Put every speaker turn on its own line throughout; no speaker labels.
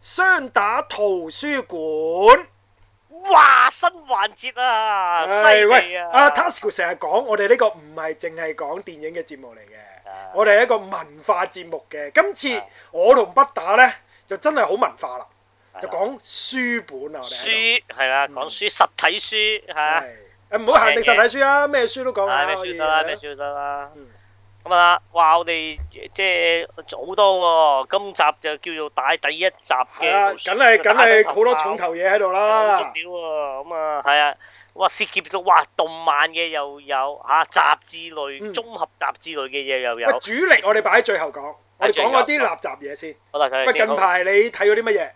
雙打圖書館。
哇！新環節啊，犀
係
利
喂，
啊！
阿 Tasco 成日講，我哋呢個唔係淨係講電影嘅節目嚟嘅，我哋係一個文化節目嘅。今次
係
我同北打呢，就真係好文化啦，
係啦
就講書本啊，我哋喺度。
書係啦，
嗯
講書實體書嚇，
係誒唔好限定實體書啊，咩書都講
啊咩
下可
書
以。
得啦，咩書得啦
嗯。
咁啊，哇！我哋即係好多喎，今集就叫做帶第一集
係啦，
嘅，
梗係梗係好多重頭嘢啊喺度
好
啦
足。料喎，咁啊係啊，哇涉及到哇動漫嘅又有嚇、雜誌類、
嗯
綜合雜誌類嘅嘢又
喂
有，，
主力我哋擺喺最後講，我哋
最後
講嗰啲垃圾嘢先。
好啦佢
喂，
哋先
近排你睇咗啲乜嘢？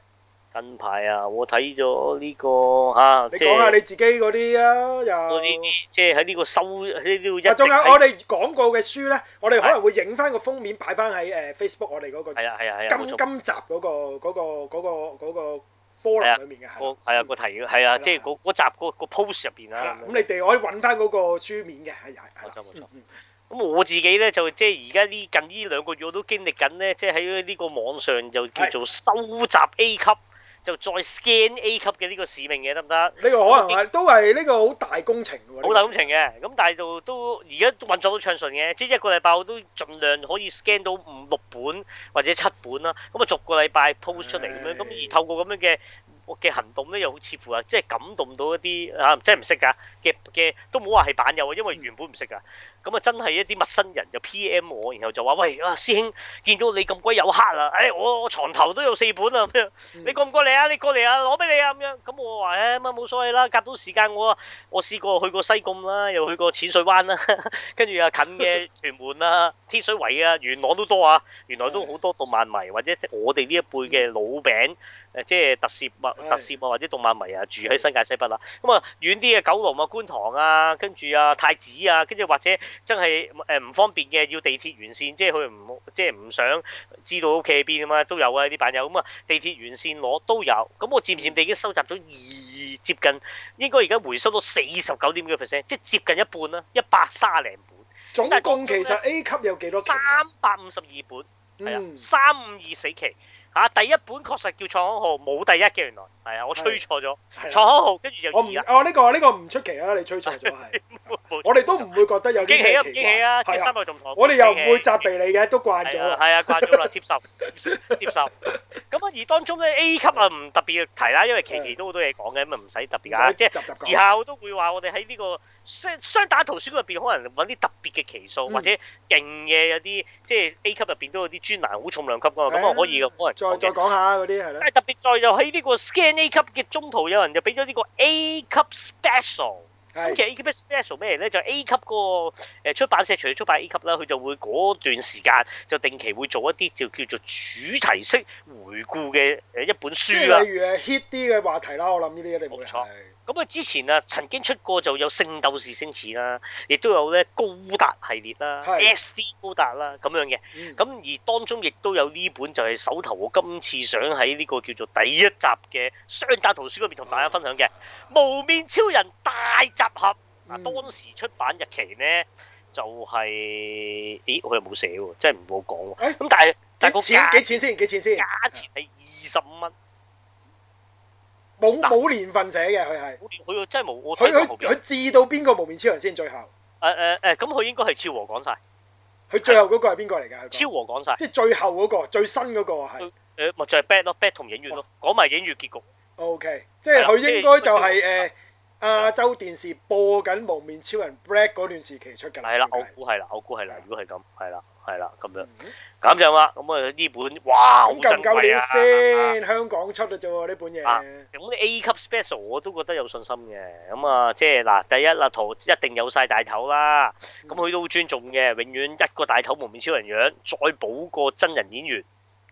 好近排啊，我睇咗呢個嚇，
你
即
講下
係
你自己嗰啲啊，
嗰啲
又。
啲即係喺呢個收喺呢個一直
嗱，仲有
喺
我哋講過嘅書咧，我哋可能會影翻個封面擺翻喺誒 Facebook 我哋嗰個
係啊係啊係啊，冇
今
錯，
今集嗰個嗰個嗰個嗰個
係啊
forum 裡面嘅
個
係啦。
係啊個題係啊，即係嗰嗰集嗰個 post 入邊
係啦
啊，。
咁你哋可以揾翻嗰個書面嘅係係係啦
冇錯冇錯。
嗯
咁我自己咧就即係而家呢近呢兩個月我都經歷緊咧，即係喺呢個網上就叫做收集 A 級，就再 scan A 級嘅呢個使命嘅得唔得？
嗯呢個可能係都係呢個好大工程嘅喎。
好大感情嘅，咁但係就都而家運作都暢順嘅，即係一個禮拜我都盡量可以 scan 到五六本或者七本啦，咁啊逐個禮拜 post 出嚟咁樣，咁而透過咁樣嘅嘅行動咧，又好似乎啊，即係感動到一啲啊，即係唔識㗎嘅嘅，都冇話係版友啊，因為原本唔識㗎，咁啊真係一啲陌生人就 PM 我，然後就話喂啊師兄，見到你咁鬼有黑啊，誒、我我牀頭都有四本啊咁樣。
嗯
你過唔過嚟啊？你過嚟啊，攞俾你啊咁樣。咁我話誒乜冇所謂啦，夾到時間我我試過去過西貢啦，又去過淺水灣啦，跟住又近嘅屯門啦、天水圍啊、元朗都多啊。原來都好多動漫迷或者我哋呢一輩嘅老餅誒，即係特攝
係
物、特攝啊或者動漫迷啊，住喺新界西北啦。咁啊遠啲嘅九龍啊、觀塘啊，跟住啊太子啊，跟住或者真係呃誒唔方便嘅，要地鐵沿線，即係佢唔即係唔想知道屋企喺邊啊嘛，都有啊啲版友咁啊。地鐵沿線攞都有。咁我漸漸地已經收集咗二接近，應該而家回收到四十九點幾個 percent，即係接近一半啦，一百三零本，
總
但係
共其
講
實 A 級有幾多期
三？百五十二本，係啊，
嗯，
三五二死期。嚇、第一本確實叫創刊號，冇第一嘅原來，係啊，我吹錯咗，
係
創
啦。
刊號跟住就
我唔
二啦，
哦呢個呢個唔出奇啊！你吹錯咗 係，我哋都唔會覺得有啲
驚喜
咩
啊，唔
奇
驚喜啊，即
怪。
係
係
三
啊，
個同堂，
我哋又唔會
驚喜
責備你嘅，都慣咗
係
啦
啊，。係啊，慣咗啦，接受，接受接受。咁啊，而當中咧 A 級啊唔特別提啦，因
嗯
為期期都好多嘢講嘅，咁啊唔使特別啊，即係
集集講
以後都會話我哋喺呢個雙雙打圖書館入邊，可能揾啲特別嘅期數，
嗯
或者勁嘅有啲即係 A 級入邊都有啲專欄好重量級噶嘛，咁
係
啊
啊
可以嘅，可能
再
講
再
嘅。
講下嗰啲係啦
但。係特別在就喺呢個 Scan A 級嘅中途，有人就俾咗呢個 A 級 Special。咁其
係
實 A 級 Special 咩咧？就 A 級嗰個誒出版社，除咗出版 A 級啦，佢就會嗰段時間就定期會做一啲就叫做主題式回顧嘅誒一本
即
書啦
係。例如誒 hit 啲嘅話題啦，我諗呢啲一定會
啊冇錯
係。
咁啊，之前啊曾經出過就有《聖鬥士星矢》啦，亦都有咧高達系列啦、
係
SD 高達啦咁樣嘅。
嗯
咁而當中亦都有呢本就係手頭我今次想喺呢個叫做第一集嘅雙打圖書嗰邊同大家分享嘅《無面超人大集合》。嗱、
嗯
當時出版日期呢，就係、咦我又冇寫喎，真係唔好講喎。
誒
咁但係但係個
幾錢
價
幾錢先？幾錢先？
價錢係二十五蚊，
冇
嗱
冇年份寫嘅佢係，
我連佢又真係冇我
佢
睇過
佢
後邊。
佢至到邊個無面超人先？最後
誒誒誒，咁佢應該係超和講晒。
佢最後嗰個係邊個嚟㗎？佢講
啊超和講晒，
即係最後嗰個最新嗰個係
佢。誒咪就係 bad 咯，bad 同影月咯，
哦
講埋影月結局，
O K，即
啊
係佢應該就係誒亞洲電視播緊無面超人 Black 嗰段時期出㗎啦。
係啦，
照
我
計
估係啦，我估係啦，如果係咁，係啦，係啦，咁樣
嗯
咁就啦，咁啊呢本哇好
咁夠
珍
唔夠
貴
料
啊！
先？香港出嘅啫喎，呢本
啊
嘢。
咁啲 A 級 special 我都覺得有信心嘅，咁啊即係嗱，第一啦圖一定有晒大頭啦，
嗯
咁佢都好尊重嘅，永遠一個大頭蒙面超人樣，再補個真人演員，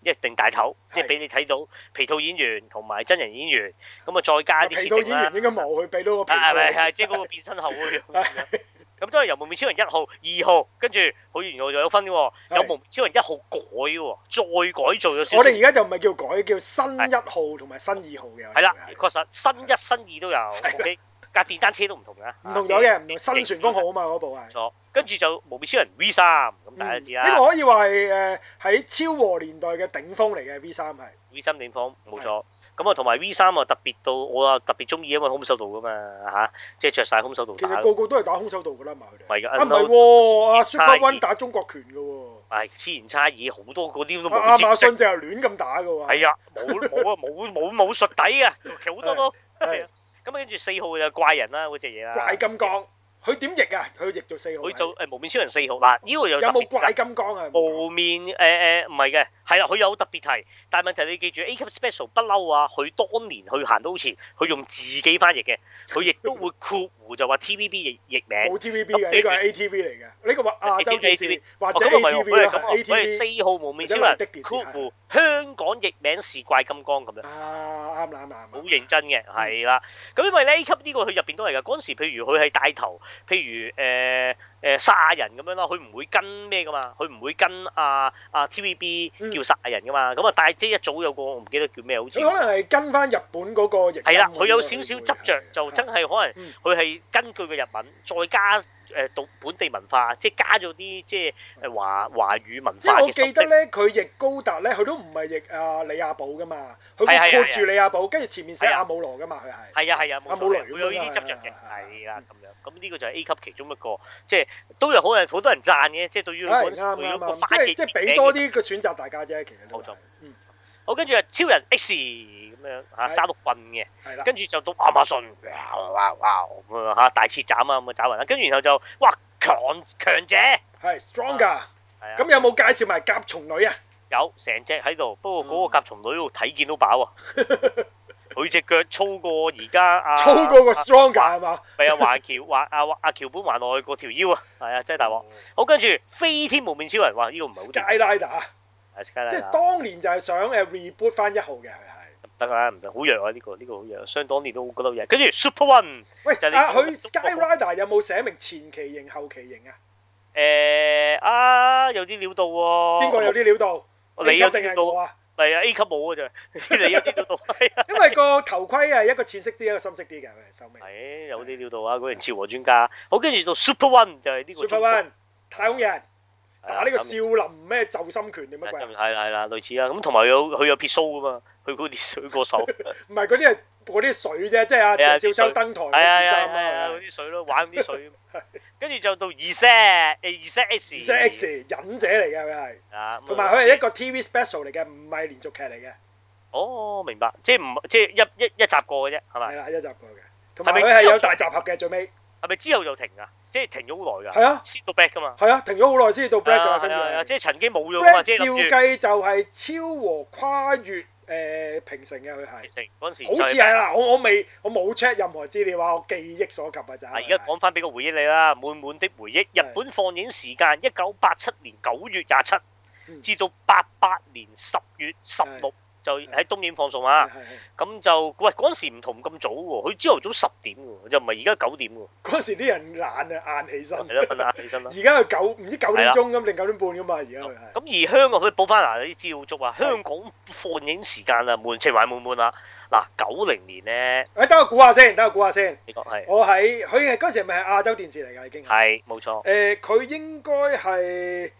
一定大頭，即係俾你睇到皮套演員同埋真人演員，咁啊再加啲
皮套
設
演
定啦啊
員。應該冇，佢俾到個皮
係係
套。
係，即係嗰個變身後嗰樣咁樣。咁當然由蒙面超人一號、二號，跟住佢原來又有分嘅喎，
係
有蒙面超人一號改喎，再改造咗少
我
少
哋。而家就唔係叫改，叫新一號同埋新二號嘅。
係啦，
我哋
確實新一、新二都有。
係
OK，架電單車都唔同㗎，
係唔同咗嘅，唔同新旋風號啊嘛，嗰部係。嗯
錯。跟住就無面超人 V 三，咁大家啊知啦。
呢個可以話係誒呃喺超和年代嘅頂峰嚟嘅 V 三係，
V 三頂方冇錯，咁啊同埋 V 三啊特別到我啊特別中意，因為空手道噶嘛嚇，即係着晒空手道
其實
打，
個個都係打空手道㗎啦嘛佢
唔
哋。
係㗎
啊唔係
Unload
喎，阿
差
Super
異
One 打中國拳㗎喎，
係黐言差異，好多嗰啲都
阿亞
冇
馬
知識
遜，就係亂咁打㗎喎。
係啊，冇冇啊冇冇冇術底啊，其實好多都係
係
啊，咁跟住四號就怪人啦嗰只嘢啦，
怪金剛，佢點譯啊？佢譯做四號
佢
係。
做誒無面超人四號嗱，呢個又特
有冇
別㗎
怪金剛啊？
無面誒誒唔係嘅，係啦，佢有特別提，但係問題你記住 A 級 special 不嬲啊，佢當年去行到好前，佢用自己翻譯嘅，佢亦都會括弧就話 TVB 譯譯名
冇。
哦
TVB 嘅，啊呢個係 ATV 嚟嘅，呢個話亞洲電視或
哦，
者
咁啊唔係喎，
ATV
佢係
啦
咁喎，佢係
，ATV
四號無面超
或
人
者麗的電視
括弧香港譯名是怪金剛咁樣。
啊，啱啦啱啦
好
啱啦，
認真嘅，
嗯
係啦。咁因為呢 A 級呢個佢入邊都係㗎。嗰陣時，譬如佢係帶頭，譬如誒誒殺人咁樣啦，佢唔會跟咩噶嘛，佢唔會跟啊啊 TVB
嗯
叫殺人噶嘛。咁啊，但係即係一早有個我唔記得叫咩，好似
佢可能係跟翻日本嗰個啊譯音
係啦，
咁樣
佢有少少執着，
會
就真係可能
嗯
佢係根據個日文，再加誒到本地文化，即係加咗啲即係誒華華語文
因為
化
我
嘅
記
心
得
聲。
咧，佢譯高達咧，佢都唔係譯啊李亞寶噶嘛，佢
係係
會
係
括住李亞寶，跟住前面寫
係啊
阿姆羅噶嘛，佢係。
係啊係啊，冇
啊冇
錯嘅，
雷
會有呢啲
咁樣
執着嘅，
啊啊啊
係啦咁樣。咁呢個就係 A 級其中一個，即係都有好人好多人讚嘅，即係對於佢
係
嗰
啱
陣
啱
時個
啱，
翻
即係
譯
即係俾多。啲個選擇大家啫，其實都
冇錯
係，嗯，
好，跟住係超人 X 咁樣嚇
係
揸到棍嘅，
係啦，
跟住就到亞馬遜，哇哇哇咁樣嚇大切斬啊咁啊斬暈啦，跟住然後就哇強強者係
係 stronger。
啊。
咁有冇介紹埋甲蟲女啊？
有成隻喺度，不過嗰個甲蟲女度睇見都飽啊！佢只腳粗過而家啊，
粗過個
啊
stronger 係嘛？
係啊，華僑華啊阿橋本華內個條腰啊，係啊，真係大鑊！好，跟住飛天無面超人，哇！呢個唔係好掂，
Skylighter，
係 Skyline
啊即
啊
係當年就係想誒 reboot 翻一號嘅，佢係。
唔得啦，唔得，好弱啊！呢個呢個好弱，相當年都覺得好弱。跟住 Super One，
喂，
就係你
啊，
講嘅
佢 Skyrider 有冇寫明前期型、後期型啊？
誒啊，有啲料到喎。
邊個有啲料到？
你有
定
啲料
係
到
我？啊？
係啊，A 級冇啊，就你有啲料到。係 啊
因為個頭盔係一個淺色啲，一個深色啲嘅，佢係收尾。
係有啲料到啊！嗰人潮和專家，好跟住到 Super One 就係呢個
Super
中國
One 太空人
係啊
打呢個少林咩就心拳定乜鬼
係
啊？
係係啦，類似啦。咁同埋有佢有撇須噶嘛，佢嗰啲水 過手，係
唔係嗰啲係嗰啲水啫，即係阿
係啊
鄭少秋登台
啊
嗰
係
件
啊
衫
係啊，嗰
啊。
啲水咯，玩啲水。跟住就到 Z 誒 Z
Z X 忍者嚟嘅佢係，
啊，咁啊
同埋佢係一個 TV special 嚟嘅，唔係連續劇嚟嘅，
哦，明白，即係唔即係一一一集過嘅啫，係
係啊
咪？
啦一集過嘅。同埋
係咪
佢係
之後
有大集合嘅最尾，
係咪之後就停㗎？即係停咗好耐㗎。
係啊
先到 back 㗎嘛。
係啊，停咗好耐先至到 Black 㗎啦，跟
係
住
啊係啊
係
即係曾經冇咗㗎嘛，即
Black
係
照
諗住
計就係超和跨越誒、呃平成嘅佢係，
成嗰陣時就
好似係啦，我我未我冇 check 任何資料啊，我記憶所及啊咋。
嗱，而家講翻俾個回憶你啦，滿滿的回憶。日本放映時間一九八七年九月廿七，
嗯
至到八八年十月十六就喺東影放送啊
係。係係
咁就喂嗰陣時唔同咁早喎，佢朝頭早十點喎，又唔係而家九點喎。
嗰陣時啲人懶啊，晏起身。
係啦，瞓下起身啦。
而家佢九唔知九
係
點
啦
鐘咁定九點半㗎嘛，而家佢係。
咁而香港佢補翻嗱啲資料足啊，香港放映時間啊，悶情懷滿滿啦。嗱，九零年咧，
誒，哎等我估下先，等我估下先。
你講係
我喺佢係嗰陣時係咪係亞洲電視嚟㗎已經？
係冇錯，
誒，佢應該係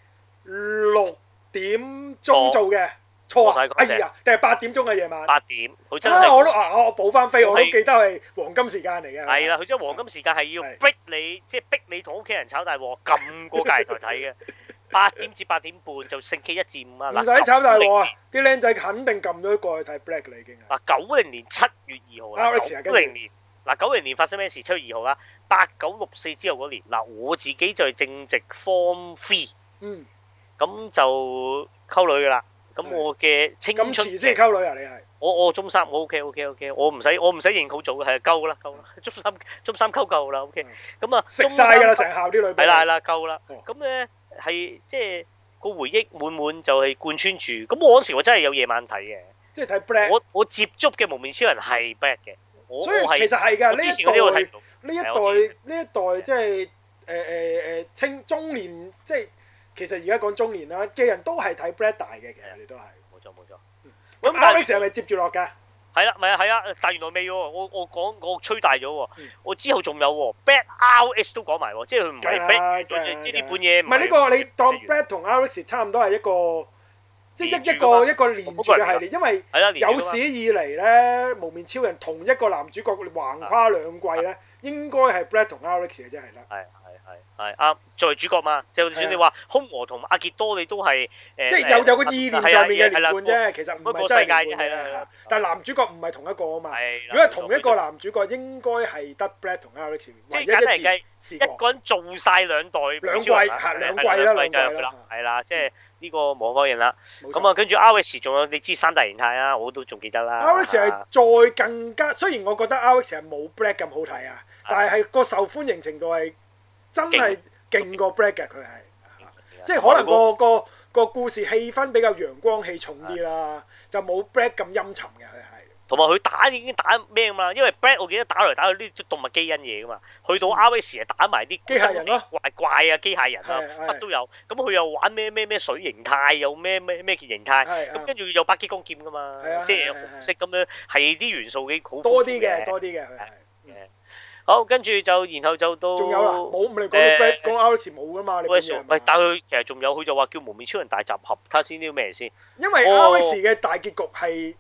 六點鐘做嘅，錯
錯晒
啊！
講
哎
聲
呀，定係八點鐘啊嘅夜晚。
八點，佢真係
啊！我都啊，我補翻飛，
我
我都
係
記得係黃金時間嚟嘅。
係啦，，佢真係黃金時間係要
係
逼你，即係逼你同屋企人炒大鑊，撳個隔離台 睇嘅。八點至八點半就星期一至五啊，
唔
嗱
使炒大鑊啊！
90！
啲僆仔肯定撳咗過去睇 Black 啦，已經係。
嗱，九零年七月二號啦，
RX 啊
九
跟住
零年嗱九零年發生咩事？七月二號啦，八九六四之後嗰年，嗱我自己就係正值 Form Three，
嗯，
咁就溝女噶啦。咁
係
我嘅青
咁
春
遲先溝女啊！你係
我我中三，我 OK OK OK，我唔使我唔使認好早嘅，係夠啦 夠啦，中三中三溝夠啦 OK，咁啊
食
中
晒㗎啦，
三
成校啲女。
係啦係。啦，夠啦
哦。
咁咧係即係個回憶滿滿，就係貫穿住。咁我嗰時我真係有夜晚睇嘅，
即係睇 Black，
我我接觸嘅蒙面超人係 Black 嘅，我我
所以其
係
實係㗎
我
呢
之前嗰啲我
一
睇
代
唔。到，
呢一
係我知
代呢一代即係誒誒誒青中年，即係其實而家講中年啦嘅人都係睇 Brad 大嘅，其實你都係。
冇錯冇錯。
咁
咁但
Alex
係
係咪接住落㗎？
係啦，咪係啊，但原來未喎，我我講我吹大咗喎
嗯，
我之後仲有喎，Bad RS 都講埋喎，即係佢唔
梗
係
係
Bad，
梗係
即係呢本嘢
唔係呢
個
個你當 Brad 同 Alex 差唔多係一個，即係一一個一個連住嘅系列，因為
係啦，連
有
住㗎嘛
史以嚟咧，無面超人同一個男主角橫跨兩季
啊
咧，應該係 Brad 同 Alex 嘅啫，係啦。
係係係係啱，作為主角嘛，就算你話空娥同阿傑多，你都係誒，
啊即係有有個意念上面嘅連貫
係啦
啫，其實唔係真係連貫嘅。但係男主角唔係同一個啊嘛。
係啦
如果係同一個男主角，應該係得 Brad 同 Alex
即
唯
係
一
簡單嚟
一
計
次。試
一
過。
個人做晒兩代
兩季
超人
嚇
係
兩
係
季啦
兩季就
兩季啦
係
嗯
啦，係啦，即係呢個冇可認啦。
冇錯
咁啊，跟住 RX 仲有你知三大形態啊，我都仲記得啦。啊
Alex 係再更加，雖然我覺得 Alex 係冇 Black 咁好睇啊，但係個受歡迎程度係真係勁過 Black 嘅，佢係 即係可能個個個故事氣氛比較陽光氣重啲
啊
啦，就冇 Black 咁陰沉嘅佢係。
同埋佢打已經打咩嘛？因為 Black 我記得打嚟打去呢啲動物基因嘢噶嘛，去到 RX 係打埋啲
嗯機械人咯
怪怪啊、機械人啊，
係係
乜都有。咁佢又玩咩咩咩水形態，又咩咩咩形態。
係
咁
啱
跟住有百機光劍噶嘛
啊係啊，
即係
係係係
紅色咁樣，係啲元素幾好豐富
多啲嘅，多啲嘅佢係。
好，跟住就然後就到
仲有啦，冇你講到
誒
Black 講 Alex 冇噶嘛？你
喂，
本嘢係
喂，
嘛
但佢其實仲有，佢就話叫蒙面超人大集合，睇下先啲咩先。
因為
哦
Alex 嘅大結局係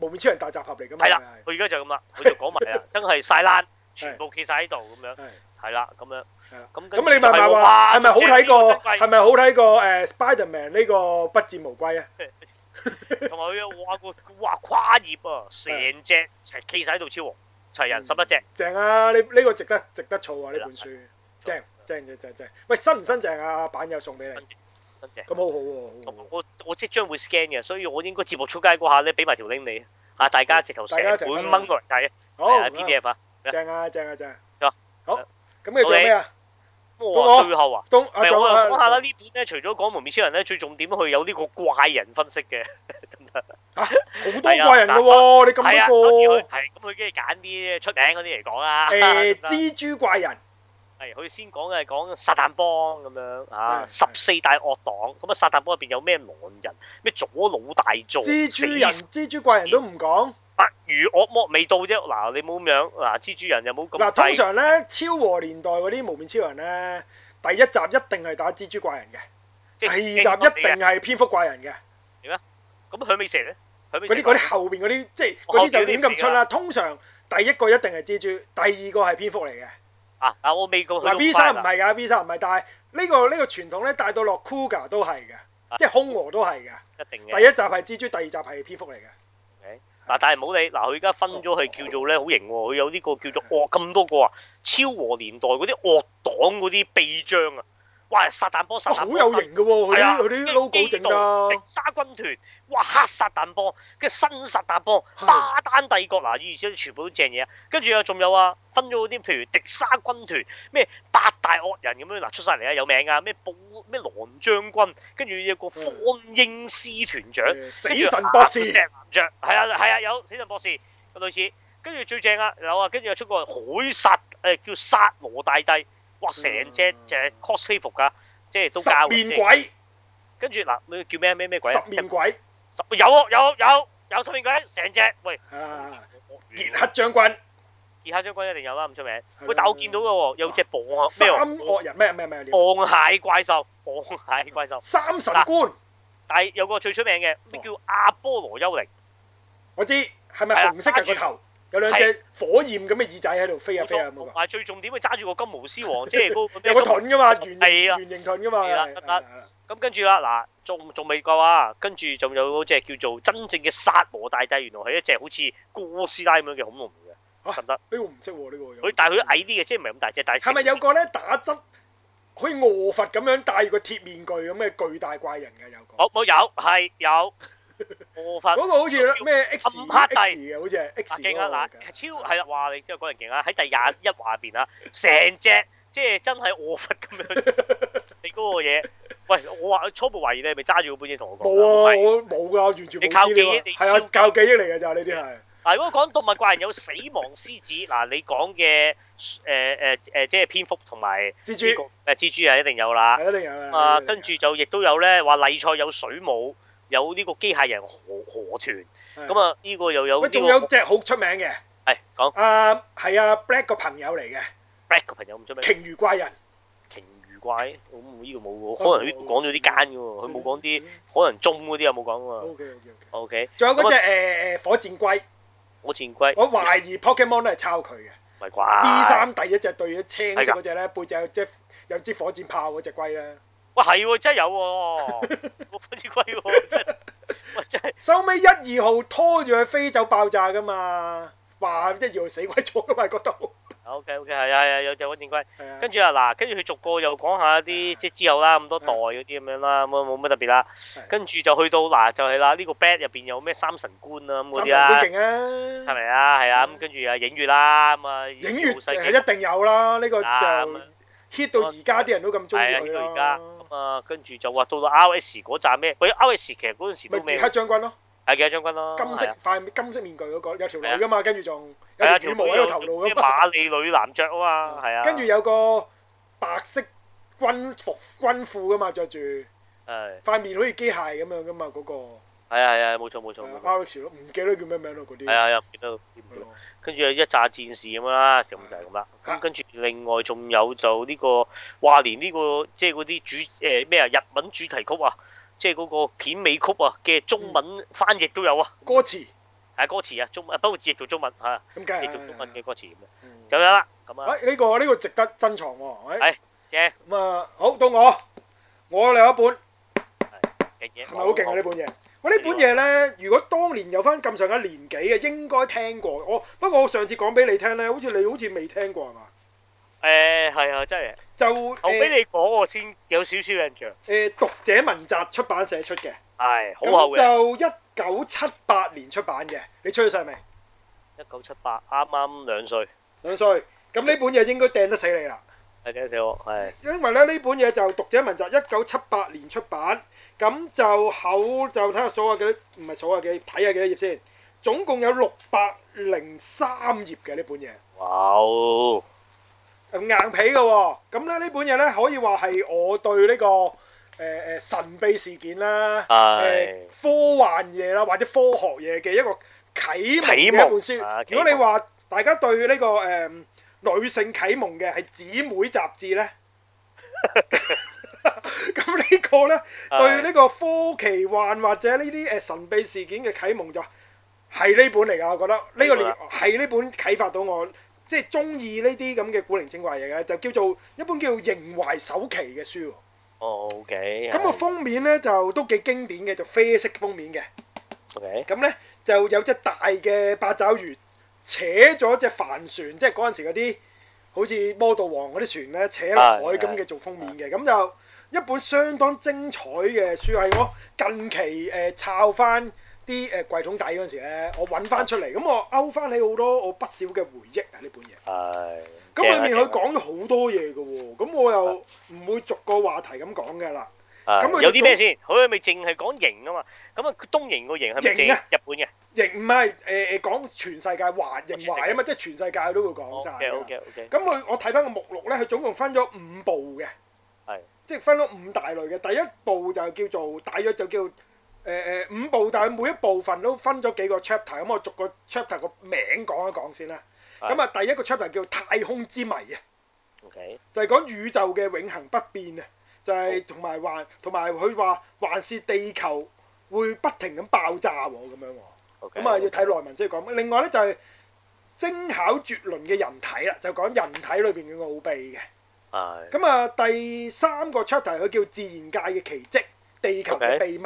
無面超人大集合嚟噶嘛？
係啦
佢，
佢而家就咁啦，佢就講埋啦，真係晒冷，全
係
部企晒喺度咁樣，
係係
係啦，咁
係
樣。
啦。
咁
咁你咪咪話係咪好睇過係咪好睇過誒 Spiderman 呢個不戰無歸啊？
同埋佢又話個哇跨頁啊，成隻齊企晒喺度超王，齊
嗯
人十一隻，
正啊！呢呢個值得值得儲啊！呢
係啦
本書正正正正正。喂，新唔新淨啊？阿版友送俾你，
新隻新隻。
咁好好喎。好
同埋
好
我我即將會 scan 嘅，所以我應該節目出街嗰下咧，俾埋條 link 你啊，大家直頭成
嗯大家一齊
本
分享
掹落嚟睇啊
好
係啊
好
，PDF 啊。
正啊正啊正
好
啊。好，咁你做咩啊？
咁我話最後啊。
東啊
係，
仲
我又講下啦。
啊
呢本咧，除咗講蒙面超人咧，最重點佢有呢個怪人分析嘅，
好多怪人噶喎，你
係
咁
啊，
多
佢係咁，佢跟住揀啲出名嗰啲嚟講 啦。啊
個誒蜘蛛怪人
係佢先講嘅係講撒旦幫咁樣啊，
係
十四大惡黨咁啊，撒旦幫入邊有咩狼人、咩左腦大造、
蜘蛛人、
死
蜘蛛怪人都唔講。
白如惡魔未到啫。嗱，你冇咁樣嗱，蜘蛛人又冇咁
嗱，通
低
常咧超和年代嗰啲無面超人咧，第一集一定係打蜘蛛怪人嘅，
即
第
係
二集一
驚乜你嘅
定係蝙蝠怪人嘅。
咁響尾蛇咧，響尾
嗰
蛇
啲嗰啲後邊嗰啲即係嗰啲就亂咁出啦。通常第一個一定係蜘蛛，第二個係蝙蝠嚟嘅。
啊啊，我未過去到
嗱 V
快
三唔
啦
係㗎，V 三唔係，但係呢個呢個傳統咧帶到落 Kuga 都係嘅，即係空娥都係嘅。
一定嘅
第一集係蜘蛛，第二集係蝙蝠嚟嘅。
嗱，但係唔好理，嗱，佢而家分咗
哦
佢叫做咧好型喎，佢有呢個叫做惡咁多個啊，超和年代嗰啲惡黨嗰啲臂章啊，哇！撒旦幫撒
哇，
旦
好
幫
有型㗎喎！佢
係啊
啲佢啲 logo 整
基道
得
迪沙軍團，哇！黑撒旦幫，跟住新撒旦幫，
係
巴丹帝國嗱，而且全部都正嘢啊，跟住啊仲有啊，分咗嗰啲譬如迪沙軍團，咩八大惡人咁樣嗱出晒嚟啊，有名啊，咩保咩狼將軍，跟住有個方英師團長。
誒嗯死神博士
跟住啊石男爵係啊係啊，有死神博士類似，跟住最正啊有啊，跟住又出過海殺誒叫殺羅大帝，哇！成隻
嗯
就係 cosplay 服㗎，即係都交
十
嘅
面鬼，
跟住嗱，你叫咩咩咩鬼啊？
十面鬼
十有啊有有有十面鬼，成隻喂
啊！傑
傑
克將軍
傑克將軍一定有啦，咁出名。
咯
喂，但我見到嘅喎，有隻磅啊
三
咩啊
惡人咩咩咩料？
磅蟹怪獸，磅蟹怪獸，
三神官，
但係有個最出名
哦
嘅咩叫阿波羅幽靈。
我知係咪
係啊
紅色嘅個
揸住
頭？有兩隻火焰咁嘅耳仔喺度飛啊
冇
飛啊，
錯，
有冇
同
㗎？
埋最重點佢揸住個金毛獅王，即係嗰個咩
有個盾噶嘛，圓
係啊
圓形盾噶嘛，
係啦
係
得
係
咁跟住啦，嗱，仲仲未夠啊，跟住仲有嗰隻叫做真正嘅薩羅大帝，原來係一隻好似哥斯拉咁樣嘅恐龍嚟
啊
嘅，得唔得？
呢個唔識喎，呢個
佢但係佢矮啲嘅，即係唔係咁大隻，但係
係咪有個咧打針好似卧佛咁樣戴個鐵面具咁嘅巨大怪人嘅有個？
好冇有係 有我發
嗰個好似咩 X
暗黑帝
X 嘅，好似係 X
勁啊！
嗰
嗱
個，
超係啦，哇！你真係講人勁啊！喺第廿一話入邊啊，成隻即係真係卧佛 咁樣，你嗰個嘢，喂！我話初步懷疑你係咪揸住嗰本嘢同我講㗎？
冇啊，我冇㗎，完全
你
冇
靠
資料啊
記憶你，
係啊
超，嗯
靠記憶嚟嘅咋呢啲係。
嗱，如果講動物怪人有死亡獅子，嗱你講嘅誒誒誒，即係蝙蝠同埋
蜘蛛
呢個誒蜘蛛係一定有啦。
係一定有
啊，
嘅。
跟住就亦都有咧話例賽有水母，有呢個機械人河河豚，咁啊呢個又有
喂，
呢
仲
個
有隻好出名嘅，
係講
啊係啊 Black 個朋友嚟嘅，
Black 嘅朋友唔出名，
鯨魚怪人，
鯨魚怪，咁呢個冇喎，可能呢度講咗啲奸嘅喎，佢冇講啲啊可能中嗰啲有冇講喎。
O K O K O K，
O K，
嗯仲有嗰隻
啊
誒誒火箭龜，
我前龜
我懷疑 Pokemon 都係抄佢嘅。
唔
B
係啩？
三第一隻對咗青色嗰只咧，背脊有隻有支火箭炮嗰只龜咧。
哇係喎，真係有喎，我前龜喎，真係，喂真係
收尾一二號拖住佢飛走爆炸噶嘛，話一二號死鬼咗噶嘛嗰 度。
O K O K 係啊係啊，有隻我前龜。
係啊
跟住啊嗱，跟住佢逐個又講下啲即係之後啦，咁多代嗰啲咁樣啦，咁啊冇乜特別啦。
係
跟住就去到嗱就係啦，呢個 bad 入邊有咩三神官啊咁
三神
嗰啲
官
啦，
勁
係
啊，
咪啊？係啊，咁跟住啊影月啦，咁啊
影月
好
就
細
係一定有啦，呢個
啊咁
就
啊
hit 到而家啲人都咁中意
係啊，去
佢
到而家
啦。
咁啊，跟住就話到到 R S 嗰站咩？喂 R S 其實嗰陣時
咪
都
傑
咩？
克將軍咯，
係嘅將軍咯，
金
係
色
啊
塊金色面具嗰個有條
係啊
女噶嘛，跟住仲有
係啊，
條羽毛喺個頭度
啲
噶嘛，嗯
馬里女男爵啊嘛，係啊，
跟住有個白色軍服軍褲噶嘛，着住
係
塊面好似機械咁樣噶嘛嗰個。
係啊係啊，冇錯冇錯冇錯，
RX 咯，唔記得叫咩名咯嗰啲。
係啊係啊，唔記得唔記
係
得
咯，
跟住有一紮戰士咁樣啦，咁就係咁啦。
啊
咁跟住另外仲有就呢、個話連呢、個即係嗰啲主誒咩啊日文主題曲啊，即係嗰個片尾曲啊嘅中
嗯
文翻譯都有啊，
歌詞
係歌詞啊中啊不過譯做中文嚇，
咁梗係
譯
啦
做中文嘅歌詞咁樣
嗯
就有啦。咁啊，
喂，呢個呢個值得珍藏喎。
係
誒，
正
咁啊，好到我，我有一本
勁嘢，
係咪好勁啊？呢本嘢，喂，呢本嘢呢，如果當年有翻咁上下年紀嘅，應該聽過。我不過我上次講俾你聽呢，好似你好似未聽過係嘛？
誒係啊，真係
就
後俾
誒
你講我先有少少印象，
誒讀者文集出版社出嘅，
係好啊厚
咁
嘅，
就一九七八年出版嘅。你吹晒未？
一九七八啱啱兩歲，
兩歲，咁呢本嘢應該掟得死你啦。
係聽死我係
因為咧呢本嘢就讀者文集一九七八年出版，咁就厚就睇下數下幾多，唔係數下幾，睇下幾多頁先。總共有六百零三頁嘅呢本嘢，
哇哦
係硬皮嘅喎、咁咧呢本嘢咧可以話係我對呢、個誒誒、呃神秘事件啦，誒、
係
科幻嘢啦，或者科學嘢嘅一個啟蒙嘅一
啟蒙
本書。
啊
如果你
啟蒙
話大家對呢、個誒、呃女性啟蒙嘅係姊妹雜誌 咧。咁呢個呢，對呢個科奇幻或者呢啲誒神秘事件嘅啟蒙就係呢本嚟㗎，我覺得呢個年
呢
係呢本啟發到我，即係中意呢啲咁嘅古靈精怪嘢嘅，就叫做一本叫《瀛懷首期》嘅書喎。
哦 OK
咁個封面呢，就都幾經典嘅，就啡色封面嘅。
OK
咁呢，就有隻大嘅八爪魚扯咗隻帆船，即係嗰陣時嗰啲好似魔道王嗰啲船呢，扯落海
係
咁嘅做封面嘅，咁就一本相當精彩嘅書，係我近期誒抄翻啲誒櫃桶底嗰陣時呢，我揾翻出嚟，咁我勾翻起好多呃我不少嘅回憶啊呢本嘢。
係
咁裏面佢講咗好多嘢嘅喎，咁我又唔會逐個話題咁講嘅啦。
啊
咁佢
有啲咩
都
先？佢係咪淨係講型啊嘛？咁啊，東型個型係咪
型
淨
啊
係日本嘅
亦唔係誒誒講全世界華人華啊嘛，即係全世界佢都會講晒
？OK
㗎啦。
OK OK，
咁佢我睇翻個目錄咧，佢總共分咗五部嘅，
係
即係分咗五大類嘅。第一部就叫做，大約就叫誒誒、呃五部，但係每一部分都分咗幾個 chapter。咁我逐個 chapter 個名講一講先啦。
係
咁啊，第一個 chapter 叫太空之謎啊，
OK
就係、講宇宙嘅永恆不變啊，就係同埋還同埋佢話還是地球會不停咁爆炸喎咁樣喎。
OK。
咁啊要睇內文先講。另外咧就係、精巧絕倫嘅人體啦，就講人體裏邊嘅奧秘嘅。
係
咁啊，第三個 chapter 佢叫自然界嘅奇蹟，地球嘅
OK
秘密。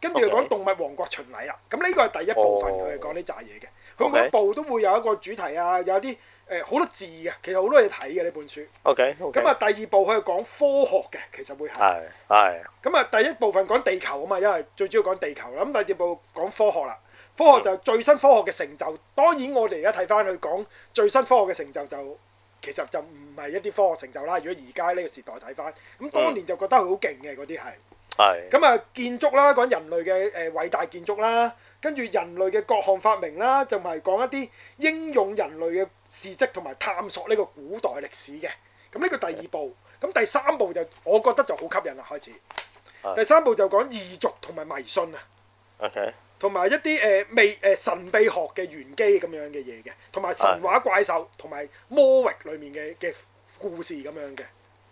跟住就
OK
講動物王國巡禮啦。咁呢個係第一部分，
哦
佢係講呢扎嘢嘅。佢
OK
每一部都會有一個主題啊，有啲誒好多字嘅，其實好多嘢睇嘅呢本書。
OK OK。
咁啊，第二部佢係講科學嘅，其實會係。
係係
咁啊，第一部分講地球啊嘛，因為最主要講地球啦。咁第二部講科學啦，科學就最新科學嘅成就。當然我哋而家睇翻佢講最新科學嘅成就就其實就唔係一啲科學成就啦。如果而家呢個時代睇翻，咁當年就覺得佢好勁嘅嗰啲係。
係
咁啊，建築啦，講人類嘅誒偉大建築啦，跟住人類嘅各項發明啦，就埋講一啲英勇人類嘅事蹟同埋探索呢個古代歷史嘅。咁呢個第二部，咁第三部就我覺得就好吸引啦，開始。
係
第三部就講異族同埋迷信啊，
OK，
同埋一啲誒、呃未誒、呃神秘學嘅玄機咁樣嘅嘢嘅，同埋神話怪獸同埋魔域裡面嘅嘅故事咁樣嘅。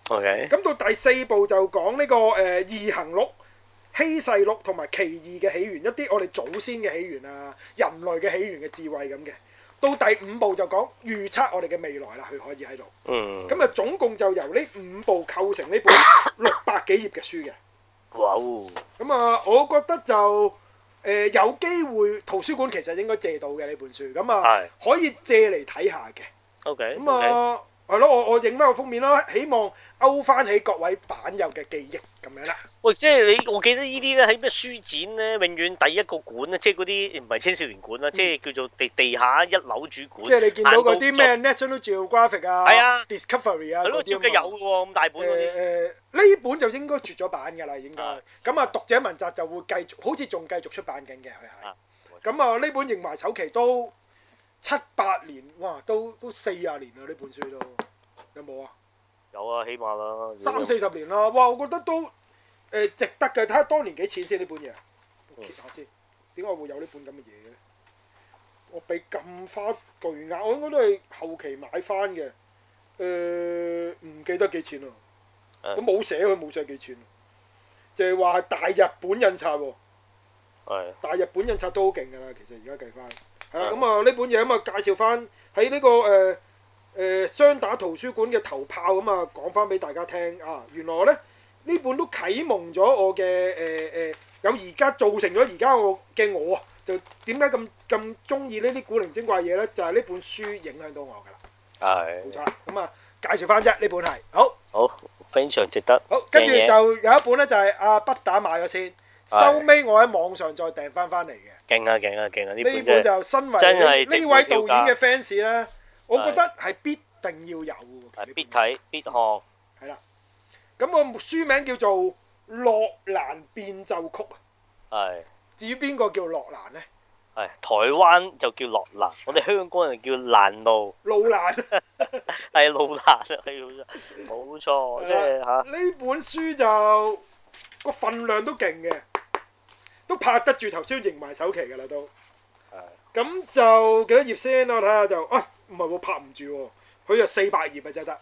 OK，
咁到第四部就講呢、個誒、呃異行錄、希世錄同埋奇異嘅起源，一啲我哋祖先嘅起源啊、人類嘅起源嘅智慧咁嘅。到第五部就講預測我哋嘅未來啦，佢可以喺度。
嗯，
咁啊，總共就由呢五部構成呢本六百幾頁嘅書嘅。
哇哦，
咁啊，我覺得就誒、呃有機會圖書館其實應該借到嘅呢本書，咁啊
係
可以借嚟睇下嘅。
，OK，
咁啊係咯，我我影翻個封面啦，希望勾翻起各位版友嘅記憶咁樣啦。
喂，即係你，我記得呢啲咧喺咩書展咧，永遠第一個館咧，即係嗰啲唔係青少年館啦，即係叫做地地下一樓主館。
嗯即係你見到嗰啲
行
咩 National Geographic
係啊
啊、Discovery 啊嗰
到？係咯，
啲
照
啊嘛
計有喎，咁大本嗰啲。
誒誒，呢本就應該絕咗版㗎啦，應該
啊。
咁啊，讀者文集就會繼續，好似仲繼續出版緊嘅
啊
佢係。咁啊，呢本認埋首期都七八年，哇，都都四廿年啦，呢本書都有冇啊？
有啊，起碼啦。
三四十年啦，哇！我覺得都誒、呃值得嘅，睇下當年幾錢先呢本嘢。我揭下先，點解會有呢本咁嘅嘢嘅咧？我俾咁花巨額，我應該都係後期買翻嘅。誒、唔記得幾錢啦，
誒
咁冇寫佢冇寫幾錢，就係話係大日本印刷喎。
係
但係日本印刷都好勁㗎啦，其實而家計翻係啦，
嗯
咁啊呢本嘢咁啊介紹翻喺呢個誒誒、呃雙打圖書館嘅頭炮咁啊講翻俾大家聽啊，原來咧呢本都啟蒙咗我嘅誒誒，有而家造成咗而家我嘅我啊，就點解咁咁中意呢啲古靈精怪嘢咧？就係、呢本書影響到我㗎啦，冇
係。
錯啦，咁啊介紹翻啫，呢本係好。
好，非常值得。
好，跟住
正嘢
就有一本咧，就係阿北打買咗先，收
係
尾我喺網上再訂翻翻嚟嘅。
勁啊勁啊勁啊！呢
呢
本
本
真係
就身為
真係值
呢位導演嘅
了
fans 咧，我覺得係必定要有喎。
係必。睇必看。
係啦，咁個書名叫做《洛蘭變奏曲》啊。
係
至於邊個叫洛蘭咧？
係台灣就叫落蘭，我哋香港人叫蘭路，
路 蘭呢
係路蘭啊，係冇錯冇錯，即係
啊
嚇。
本書就個份量都勁嘅，都拍得住頭先贏埋首期㗎啦都。
係
咁就幾多頁先我睇下就啊，唔係喎，拍唔住喎。佢就四百頁啊，真係得。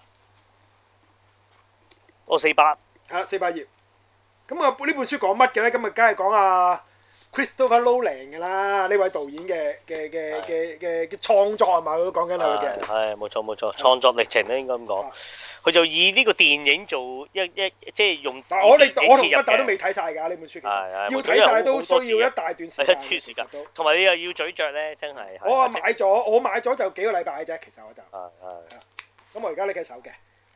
我四百。
係啦，啊四百頁。咁啊，呢本書講乜嘅咧？咁啊，梗係講啊 Christopher Nolan 嘅啦，呢位導演嘅嘅嘅嘅嘅嘅創作係咪？佢講緊啊佢
係
嘅。
啊係冇錯冇錯，創作歷程咧應該咁講
啊，
佢就以呢個電影做一一即係用。
嗱，我哋我同不打
打
都未睇晒㗎呢本書，其實
係係
要
我
睇晒都
好多字啊
需要一大段時
係一
間。
段
其
時
實
間
都
同埋你又要咀嚼咧，真係。
我啊
係
買咗，我買咗就幾個禮拜啫，其實我就咁
係係
我而家拎緊手嘅。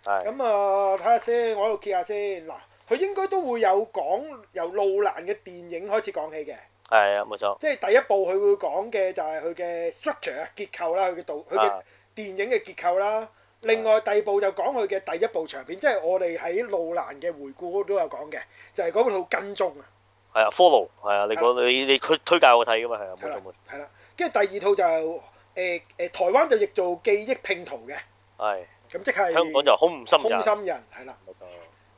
係
咁啊，睇下先，我喺度揭下先。嗱，佢應該都會有講由路蘭嘅電影開始講起嘅。
係啊，冇錯。
即係第一部佢會講嘅就係佢嘅 structure 啊結構啦，佢嘅導佢嘅
啊
電影嘅結構啦。另外第二部就講佢嘅第一部長片，即係我哋喺路蘭嘅回顧都有講嘅，就係嗰套跟蹤啊，
係啊，follow 係啊，你講你你推推介我睇噶嘛，係啊，
係
冇
啦
錯冇錯，
係啦。跟住第二套就誒、誒、台灣就譯做記憶拼圖嘅，
係
咁即係
香港就空心人，
空心人係啦。
冇錯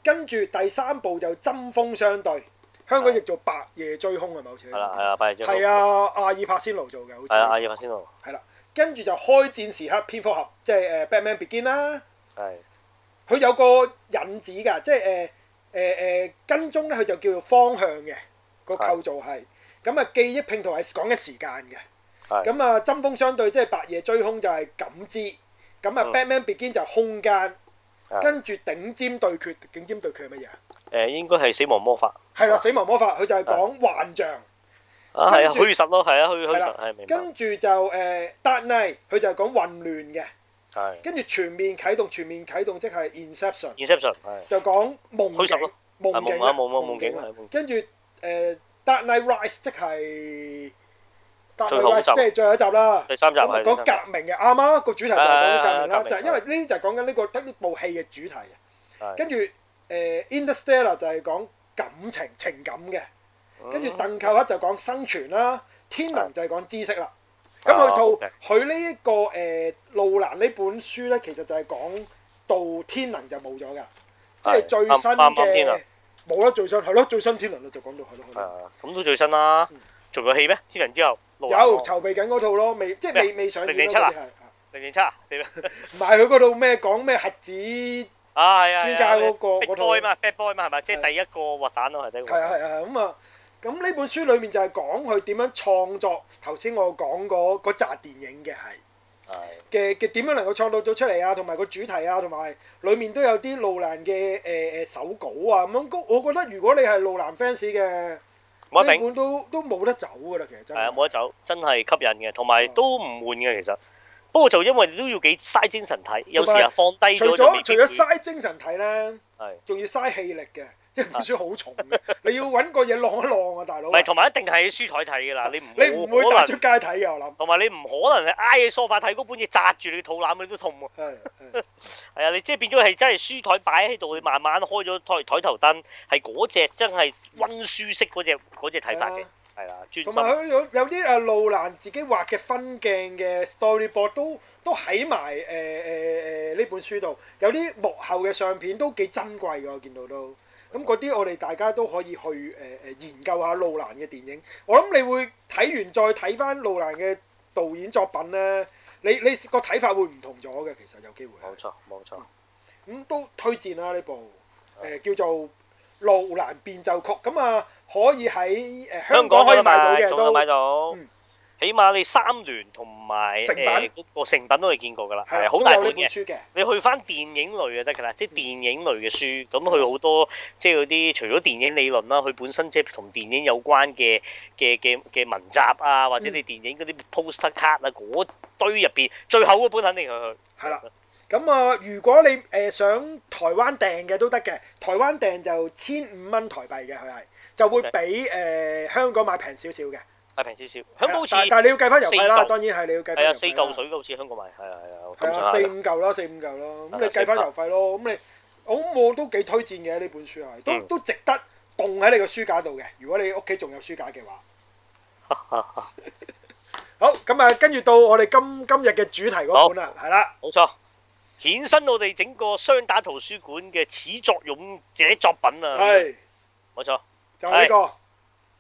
跟住第三部就針鋒相對，香港譯做白夜追兇係咪好似？
係啦係啊，拜謝
嗯係，啊，阿爾柏仙奴做嘅好似。
係啊，阿葉柏先咯，
係啦，跟住就開戰時刻蝙蝠俠，即係誒呃 Batman Begin 啦。
係
佢有個引子㗎，即係誒誒誒跟蹤咧，佢就叫做方向嘅個構造係。咁啊，記憶拼圖係講緊時間嘅。
係
咁啊，針鋒相對即係白夜追兇就係感知。咁啊
嗯啊
，Batman Begin 就係空間。
係
跟住頂尖對決，頂尖對決係乜嘢啊？
誒應該係死亡魔法
係啦，死亡魔法佢就係講幻象。
啊，係
跟
啊，
住
虛實咯，係啊，虛虛
係啦
實係明白，
跟住就誒 Dark Knight 佢就係講混亂嘅。
係
跟住全面啟動，全面啟動即係 Inception。
Inception 係
就講夢
虛實
境
咯，
夢
啊
境
夢啊夢啊夢境係夢境
跟住誒《Dark Knight Rise》即係《Dark
最
Knight
後
Rise
嗰》
即
集
係最後一集啦。
第三集
咁啊
係
講
第三
革命嘅啱啊，個主題就係講革命
係係
啦，
係
就係因為呢就係講緊呢個得呢部戲嘅主題嘅。
係
跟住誒《Interstellar》就係講感情情感嘅，跟住
嗯
鄧寇克就講生存啦，天能就係講知識啦。咁
啊
佢套
OK
佢呢一個誒路蘭呢本書咧，其實就係講到天能就冇咗㗎，即係
係
最
啱
新
啱啱天能
嘅冇啦，最新係咯，最新天能啦，就講到係咯係
係
咯，
啊，咁都最新啦，仲有戲咩？天人之後，
有
路人
籌
王
備緊嗰套咯，未即係未未上映
零零
嗰
七啊
啲係，
零零七啊，你咩
唔係佢嗰套咩講咩核子係
啊係啊，
專家嗰個嗰套
Big Boy 嘛，Bad Boy 嘛係咪？即係
係
第一個核彈咯，係第一個。
啊係啊係咁啊，咁呢本書裡面就係講佢點樣創作頭先我講嗰嗰扎電影嘅係。
係
嘅嘅點樣能夠創造到出嚟啊，同埋個主題啊，同埋裡面都有啲路蘭嘅誒誒手稿啊咁樣。咁我覺得如果你係路蘭 fans 嘅，呢
冇得頂，
本都都冇得走噶啦，其實真
係啊
係。
冇得走，真係吸引嘅，同埋都唔悶嘅其實。不過就因為你都要幾嘥精神睇，有時啊放低
除
咗就未
咗除
必
咗
會
嘥精神睇咧，
係。啊
仲要嘥氣力嘅，因為本書好重嘅，你要揾個嘢晾一晾啊，大佬
唔
啊。
係，同埋一定係喺書台睇㗎啦，你唔
你唔會
可
帶出
能，
街睇嘅，我諗。
同埋你唔可能係挨喺梳化睇嗰本嘢扎住你肚腩，你都痛喎。
係係
係啊，你即係變咗係真係書台擺喺度，你慢慢開咗台台頭燈，係嗰只真係温書式嗰只嗰只 睇法嘅，係啦，專
啊同埋
心。
佢有有啲誒路蘭自己畫嘅分鏡嘅 storyboard 都都喺埋誒誒誒呢本書度，有啲幕後嘅相片都幾珍貴嘅，我見到都。咁嗰啲我哋大家都可以去誒誒、呃研究下路蘭嘅電影。我諗你會睇完再睇翻路蘭嘅導演作品咧，你你個睇法會唔同咗嘅，其實有機會係。
冇錯，冇錯，
咁都推薦啦呢部，誒、叫做《路蘭變奏曲》，咁啊可以喺誒、呃香港可以買到嘅
仲有
都
買。到
嗯。
起碼你三聯同埋
成品
誒嗰個成品都係見過㗎啦，係
係
啊好
都
大
有呢
本
本
嘅。
書嘅，
你去翻電影類就得㗎啦，即係電影類嘅書，咁佢好多即係嗰啲除咗電影理論啦，佢本身即係同電影有關嘅嘅嘅嘅文集啊，或者你電影嗰啲 poster card 啊，嗰堆入邊最厚嗰本肯定係佢。
係啦。咁啊，如果你誒、呃想台灣訂嘅都得嘅，台灣訂就千五蚊台幣嘅，佢係就會比誒、呃香港買平少少嘅。
係平少少，香港好似
但但係你要計翻郵費
四
啦，
嚿
當然係你要計翻郵費
係
啦。
啊四嚿水㗎好似香港賣，係啊係啊，咁
係
上
啊，
下
四
㗎。
五嚿啦，四五嚿啦。
係啊
咁你計翻郵費咯。咁你我咁我都幾推薦嘅呢本書係，都
嗯
都值得棟喺你個書架度嘅。如果你屋企仲有書架 嘅話。好，咁啊，跟住到我哋今今日嘅主題嗰本啦，啊係啦，
冇錯，衍生我哋整個雙打圖書館嘅始作俑者作品啊。
係。
冇錯，
就係呢個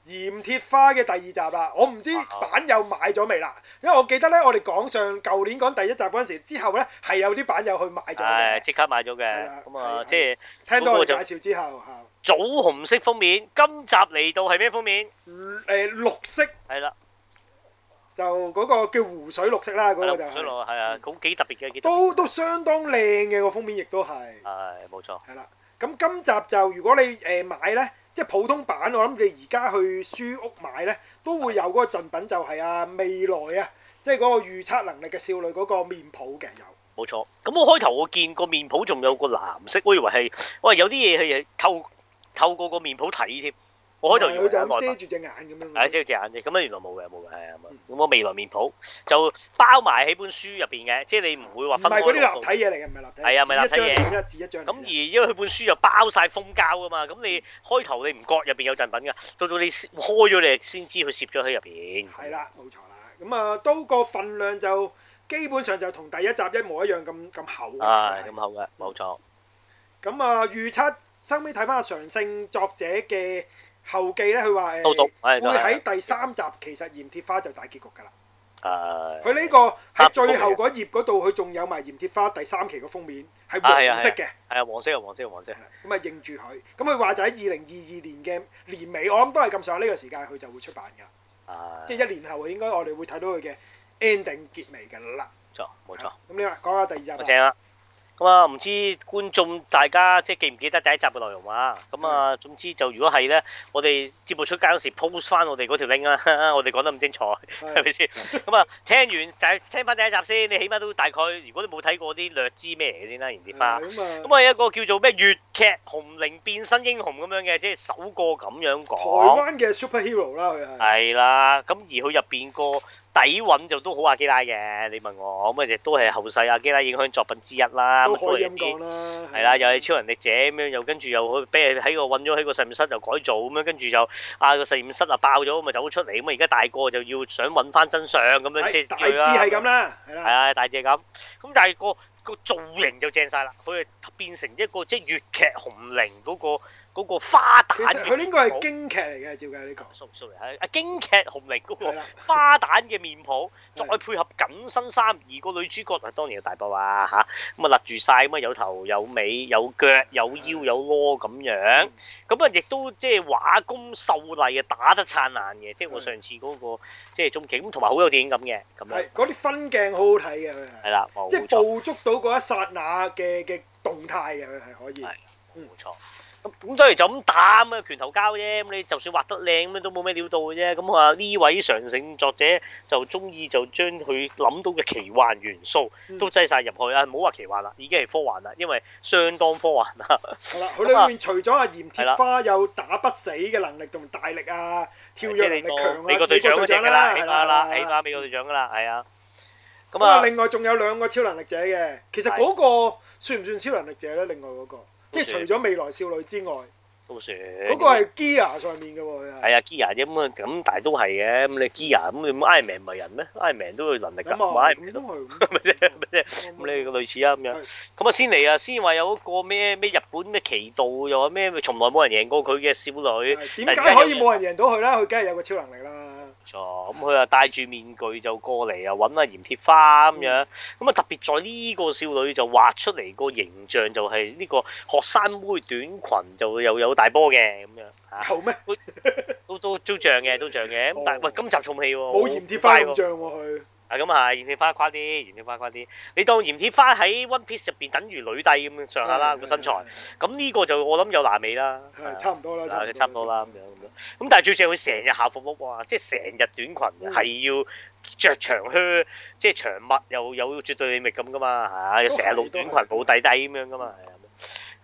鹽鐵花嘅第二集啦。我唔知
啊
版友買咗未啦，因為我記得咧，我哋講上舊年講第一集嗰陣時，之後咧係有啲版友去買咗
係
嘅。
即刻買咗
係啦
嘅，咁啊
係
即係。
聽到我
嗰個
哋介紹之後嚇，
棗紅色封面，今集嚟到係咩封面？
誒綠色
係啦，
就嗰個叫湖水綠色啦，嗰
係啦，
個就
湖水
係嗯
路係啊，好幾特別嘅，幾特別。
都都相當靚嘅個封面，亦都係
係冇錯，
係啦。咁今集就如果你誒買咧，即係普通版，我諗你而家去書屋買咧，都會有嗰個贈品，就係啊未來啊，即係嗰個預測能力嘅少女嗰個面譜嘅有。
冇錯。咁我開頭我見個面譜仲有個藍色，我以為係，喂有啲嘢係透透過個面譜睇添。我開頭以為
佢就
係
咁
內
遮
文，
住隻眼咁樣。
係遮隻眼啫。咁啊原來冇嘅，冇嘅，係啊咁啊咁我未來面譜就包埋喺本書入邊嘅，即係你唔會話
唔
分開
係嗰啲
攞到
立體嘢嚟嘅，唔係立體。
係啊唔係立體嘢
紙一張紙一張嚟嘅。
咁而因為佢本書就包晒封膠噶嘛，咁你開頭你唔覺入邊有贈品㗎，到到你先開咗你先知佢攝咗喺入邊。
係啦，冇錯啦。咁啊，都個份量就基本上就同第一集一模一樣咁咁厚嘅。
啊，咁好嘅，冇錯，
咁啊，預測收尾睇翻阿常勝作者嘅後記咧，佢話誒呃
都讀係都係
會喺第三集其實鹽鐵花就大結局㗎啦。
誒，
佢呢個
三
喺
部曲嚟嘅
最後嗰頁嗰度，佢仲有埋鹽鐵花第三期嘅封面係
啊係啊
黃色嘅。
係啊，黃色啊，黃色啊，黃色
係，啦咁啊認住佢，咁佢話就喺二零二二年嘅年尾，我諗都係咁上下呢個時間，佢就會出版㗎，
啊，
即係一年後應該我哋會睇到佢嘅 ending 結尾㗎啦。
冇錯，冇錯，
咁你話講下第二集啊
好正啦。咁啊，唔知觀眾大家即係記唔記得第一集嘅內容啊？咁
嗯
啊，總之就如果係咧，我哋節目出街嗰時 post 翻我哋嗰條 link 啦， 我哋講得咁精彩，
嗯
係咪先？咁啊，聽完就係聽翻第一集先，你起碼都大概，如果你冇睇過啲略知咩嚟嘅先啦，然之花。
係咁啊，
咁啊，有一個叫做咩粵劇《紅伶變身英雄》咁樣嘅，即係首個咁樣
台
講。
灣嘅 superhero 啦，佢係
係啊啦，咁而佢入邊個底韻就都好阿基拉嘅，你問我咁啊，亦都係後世阿基拉影響作品之一啦。
都
咁
可以
係
咁
啲
講啦。
係啦，又係超人力者咁樣，又跟住又去俾人喺個揾咗喺個實驗室又改造咁樣，跟住就啊個實驗室啊爆咗，咁啊走咗出嚟，咁啊而家大個就要想揾翻真相咁樣，即
係
係
大
之類
致
啦
係咁啦，係
係
啦，
啊，大隻咁。咁但係個個造型就正晒啦，佢係變成一個即係粵劇紅伶嗰個嗰個花
其
旦
實
嘅
佢應該係京劇嚟嘅，照計呢個。
sorry sorry 係啊京劇紅伶嗰
係
個
啦
花旦嘅面譜，再
係
配合緊身衫，而個女主角啊當然係大伯啊嚇，咁啊勒住晒咁啊有頭有尾有腳有腰有攞咁
嗯
樣，咁啊亦都即係畫工秀麗啊打得燦爛嘅，即係我
係
上次嗰個即係中景，咁同埋好有電影感嘅咁樣
係，嗰啲分鏡好好睇嘅佢
係
係，
啦冇
即係
錯。
捕捉到嗰一剎那嘅嘅動態嘅佢係可以
係。
嗯
冇錯。咁咁當然就咁打咁啊，拳頭交啫。咁你就算畫得靚咁都冇咩料到嘅啫。咁我話呢位常勝作者就中意就將佢諗到嘅奇幻元素
嗯
都擠晒入去啊！唔好話奇幻啦，已經係科幻啦，因為相當科幻 啦。
係啦，佢裏面除咗阿鹽
係啦
鐵花有打不死嘅能力同大力啊，跳
即
躍
係
能
你
力強
當
啊，
美國隊長嗰只㗎啦，起碼啦，起
係
碼美國隊長㗎啦，係啊。咁
咁啊，
啊，
另外仲有兩個超能力者嘅，其實
係
嗰個算唔算超能力者咧？另外嗰個，即係除
算
咗未來少女之外，
都算
嗰個係 Gear 上面嘅喎，佢係
係啊，Gia 啫咁啊，咁但係都係嘅。咁你 Gia 咁你 Iron Man 唔係人咩？Iron Man 都有能力㗎，
咁
唔
啊，
係 Iron
咁
Man
都
都
係
咪啫咪啫。
咁啊
咁你類似啊咁樣
係，
咁啊先嚟啊，先話有嗰個咩咩日本咩奇道，又話咩從來冇人贏過佢嘅少女，
係點解可以冇人贏到佢咧？佢梗係有個超能力啦，
錯咁佢啊戴住面具就過嚟啊揾啊鹽鐵花咁
嗯
樣，咁啊特別在呢個少女就畫出嚟個形象就係呢個學生妹短裙就又有大波嘅咁樣嚇，
有咩？
都都都像嘅都像嘅，咁但係喂今集重戲喎，
哦冇
好
鹽鐵
好
花
快
咁
喎
像喎，佢
啊，咁啊，鹽鐵花誇啲，鹽鐵花誇啲。你當鹽鐵花喺 One Piece 入邊等於女帝咁樣上下啦個身材，咁呢個就我諗有男美啦，
係差唔多啦，
啊差唔多啦咁樣咁樣。咁但係最正佢成日校服屋哇，即係成日短裙
嗯
嘅，係要着長靴，即係長襪又有絕對領域咁噶嘛嚇，又成日露短裙露底底咁樣噶嘛。係啊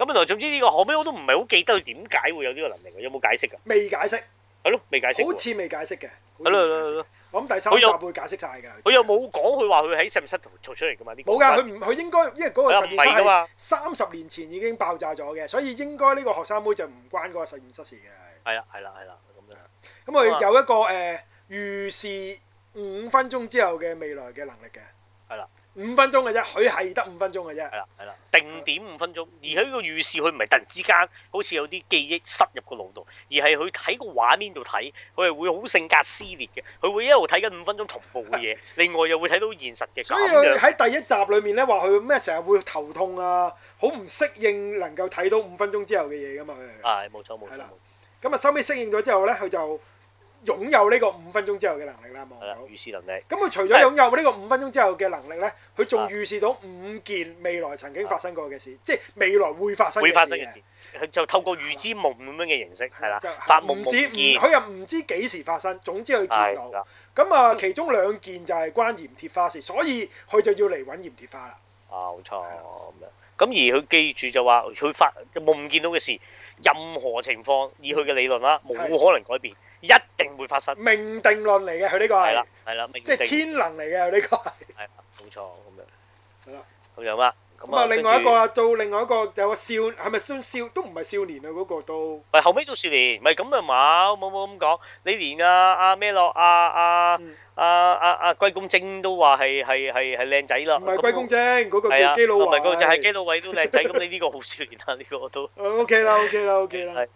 咁啊，原來總之呢個後尾我都唔係好記得佢點解會有呢個能力嘅，有冇解釋㗎？
未解釋，
係咯，未解釋
好
喎。
似未解釋嘅，好似
係咯
未
係咯
解
係
釋
咯，
我諗第三
佢
集
有
會解釋晒㗎。
佢又冇講佢話佢喺實驗室度做出嚟㗎嘛？呢個
冇㗎，佢唔佢應該，因為嗰個
係啊
實
唔係㗎
驗
嘛
室三十年前已經爆炸咗嘅，所以應該呢個學生妹就唔關嗰個實驗室事嘅。
係啦，係啦，係啦，咁樣。
咁佢
咁啊
有一個誒、呃、預示五分鐘之後嘅未來嘅能力嘅。
係啦。
五分鐘嘅啫，佢係得五分鐘嘅
係
啫。
啦，係啦，定點五分鐘，而喺個預示佢唔係突然之間，好似有啲記憶塞入個腦度，而係佢喺個畫面度睇，佢係會好性格撕裂嘅，佢會一路睇緊五分鐘同步嘅 嘢，另外又會睇到現實嘅咁
所以佢
樣，
喺第一集裏面咧話佢咩成日會頭痛啊，好唔適應能夠睇到五分鐘之後嘅嘢㗎嘛佢。
係冇錯冇錯
係啦
冇
咁啊收尾適應咗之後咧，佢就擁有呢個五分鐘之後嘅能力啦，望
錯，係啦，啊
到。
預示能力
咁佢除咗擁有呢個五分鐘之後嘅能力呢，佢仲
嗯
預示到五件未來曾經發生過嘅事，即係未來會發生
啊會發生
嘅
嘅
事
事，佢就透過預知夢咁樣嘅形式，係啦，
就
發夢
唔知
夢
唔
見，
佢又唔知幾時發生，總之佢見
係
到。
啦，
咁啊，其中兩件就係關鹽鐵花事，所以佢就要嚟揾鹽鐵花啦。
啊冇錯咁樣，咁而佢記住就話佢發夢見到嘅事，任何情況以佢嘅理論啦，冇
係
可能改變，一定會發生。
命定論嚟嘅，佢呢個
嗯係
係
啦，，係啦，明
即
定
係天能嚟嘅，佢呢個係。
係啦，冇錯咁樣。
係啦，
咁樣啦。咁
咁啊，
啊，
另外一個
跟住
啊，到另外一個有個少，係咪算少都唔係少年啊嗰個都。
喂，後尾到少年，咪咁啊冇冇冇咁講。你連啊啊咩咯啊啊
嗯
啊啊啊龜公精都話係係係係靚仔啦。
唔係
啊咁
龜公精，嗰個
係
叫
啊，
基佬
唔
華。
係嗰個就係基佬位都靚仔。咁你呢個好少年啊，呢個都。
O K 啦，O K 啦，O K 啦。
係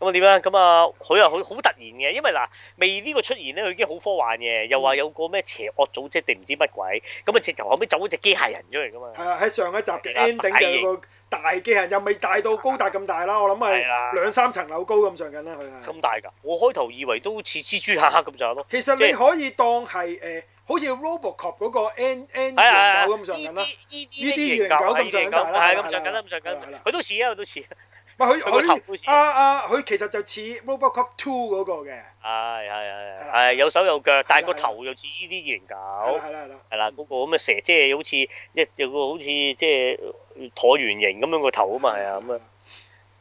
咁啊點啊？咁啊，佢啊好好突然嘅，因為嗱，未呢個出現咧，佢已經好科幻嘅，又
嗯
話有個咩邪惡組織定唔知乜鬼，咁啊直頭後尾走咗隻機械人出嚟噶嘛。
係啊，喺上一集嘅
係啊
ending 就有個大機械人，又未大到高達咁大啦，我諗
係
係
啦
兩三層樓高咁上緊啦，佢係。
咁大㗎，我開頭以為都似蜘蛛俠咁就係咯。
其實
即
你
係
可以當係誒，好似 RoboCop 嗰個 N N
係啊
二零
係啊
九咁上緊啦。
依
呢
啲呢
啲型
啲
狗咁上緊大啦
係啊
係啦
咁上緊啦，咁上
係
緊
啦
啦。佢都似啊，佢都似。
唔係
佢個頭
佢
好似
佢啊啊，佢其實就似 RoboCop Two 嗰個嘅。
係係係
係
係
啦
係有手有腳，但係
係
個
啦
頭又似呢啲型
係啦
狗。
係啦係啦。
係啦，嗰個咁嘅蛇，即係好似一有個好似即係橢圓形咁樣個頭啊嘛，係啊咁啊。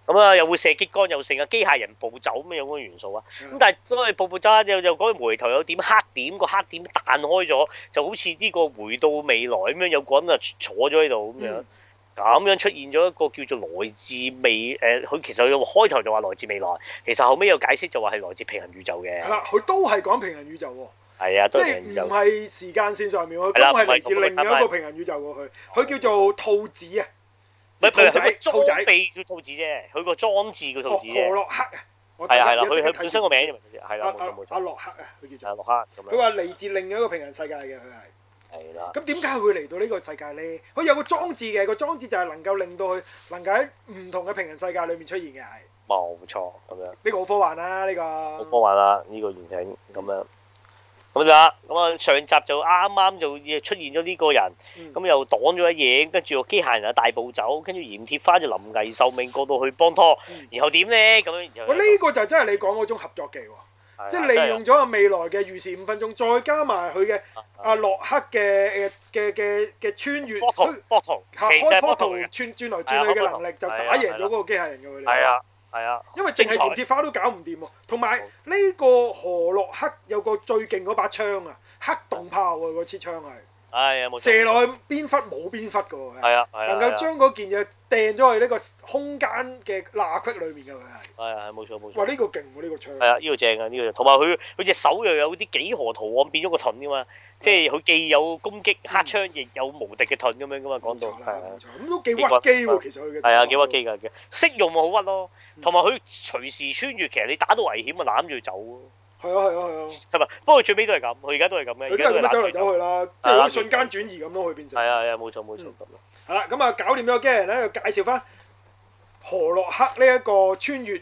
咁啊，又會射激光，又成啊，機械人暴走咁樣有嗰個元素啊。咁但係當佢步步揸，又又講回頭有點黑點，個黑點彈開咗，就好似呢個回到未來咁樣，有個人啊坐咗喺度咁樣
嗯，
咁樣出現咗一個叫做來自未誒，佢、其實有開頭就話來自未來，其實後尾有解釋就話係來自平行宇宙嘅
係，啦，佢都係講平行宇宙喎。
係啊，
即
都係
係
平行宇
唔
宙，
係時間線上面喎，
係啦
咁係嚟自
唔係
另一
唔係
個平行宇宙喎佢，佢叫做兔子啊，
唔係唔
兔
係，
仔
佢個裝
兔仔
備叫兔子啫，佢個裝置叫兔
哦
子
何
啫。
洛克啊，我
係啊係
而家
啦，佢
即刻
佢
睇
本身個名啫嘛，係啦
阿
冇錯冇
阿阿
錯，
洛克啊，佢
就係
叫
洛
做。
克咁
佢
樣。
話嚟自另一個平行世界嘅佢係。
係啦，
咁點解佢會嚟到呢個世界呢？佢有個裝置嘅，個裝置就係能夠令到佢能夠喺唔同嘅平行世界裏面出現嘅，係
冇錯咁樣。
呢個好科幻啊啦、呢、
好
個
科幻啊啦，呢、個完整咁樣。咁就啦，咁啊上集就啱啱就出現咗呢個人，
嗯
咁又擋咗一嘢，跟住個機械人啊大步走，跟住鹽鐵花就臨危受命過到去幫拖
嗯，
然後點咧？咁樣然後
喂，呢個就真係你講嗰種合作技喎，
係
即係
啊
利用咗個未來嘅預示五分鐘，再加埋佢嘅
啊
阿洛克嘅呃嘅嘅嘅嘅穿越，
波圖
佢
波圖，其
嚇
實
開
係
波
波
圖
圖
轉
嚟嘅，啊
轉來轉去嘅能力，就打贏咗嗰個機械人嘅佢哋。
係啊係啊，
因為淨係連鐵花都搞唔掂喎，同埋呢個何洛克有個最勁嗰把槍啊，黑洞炮喎嗰支槍係。
係啊冇錯
射落去邊忽冇邊忽嘅喎，
係啊係啊，
能夠將嗰件嘢掟咗去呢個空間嘅罅隙裏面嘅佢係。
係啊係冇錯冇
哇！
錯。
呢個勁喎，呢個槍。
係啊，呢個正啊，呢個同埋佢佢隻手又有啲幾何圖案變咗個盾噶嘛，即
嗯
係佢既有攻擊黑槍，亦有無敵嘅盾咁樣噶嘛，講到
冇錯啦
係啊
冇。錯咁都幾屈機喎，其實佢嘅。
係啊，幾屈機㗎嘅，識用咪好屈咯。
嗯
同埋佢隨時穿越，其實你打到危險咪攬住走咯，
係啊係啊係啊，
係咪？不過最尾都係咁，佢而家都係咁嘅，
佢都
而家
係
都
咁樣走
攬
嚟
住走。
走去啦，即係好似瞬間轉移咁咯，去變嗯成。
係啊係啊，冇錯冇錯咁啊。
係啦，咁啊搞掂咗個機器人咧，又介紹翻何洛克呢一個穿越誒、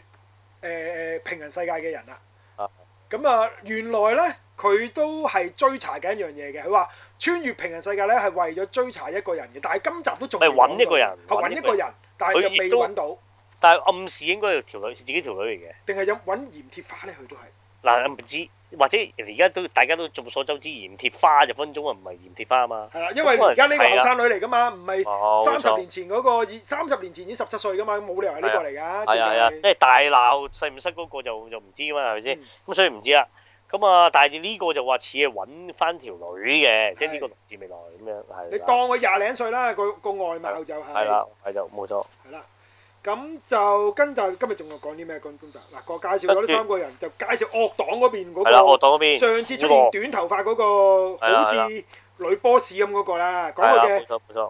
呃、平行世界嘅人啦
啊。
咁啊，原來咧佢都係追查緊一樣嘢嘅。佢話穿越平行世界咧係為咗追查一個人嘅，但係今集都仲未
係揾
講
一個人
到係
揾
揾
一
一個
個人
人，但係就
佢亦
未
都
揾到，
但係暗示應該係條女，自己條女嚟嘅。
定係有揾鹽鐵花咧？佢都係
嗱，唔知或者而家都大家都眾所周知，鹽鐵花就分鐘啊，唔係鹽鐵花啊嘛。
係啦，因為而家呢個
咁可能
後生女嚟噶嘛，唔係
哦，
三十
冇錯
年前嗰、個已三十年前已經十七歲噶嘛，冇理由係呢個嚟㗎。
係啊係啊，
直
即
接係
係大鬧細唔細嗰個就就唔知嘛，係咪先？
嗯
咁所以唔知啦。咁啊，但係呢個就話似係揾翻條女嘅，即係呢個
係
六字未來咁樣係啦。
你當佢廿零歲啦，個個外貌就係、
係啦，係就冇錯。
係啦，咁就跟就今日仲有講啲咩咁今集嗱，我介紹咗呢三個人，就介紹惡黨嗰邊嗰、
係啦，我
個
黨嗰邊
上次出現短頭髮嗰、個
係啦
好
係啦
似女 boss 咁嗰個啦，講
係啦，
佢
冇
嘅
錯 冇
誒
錯，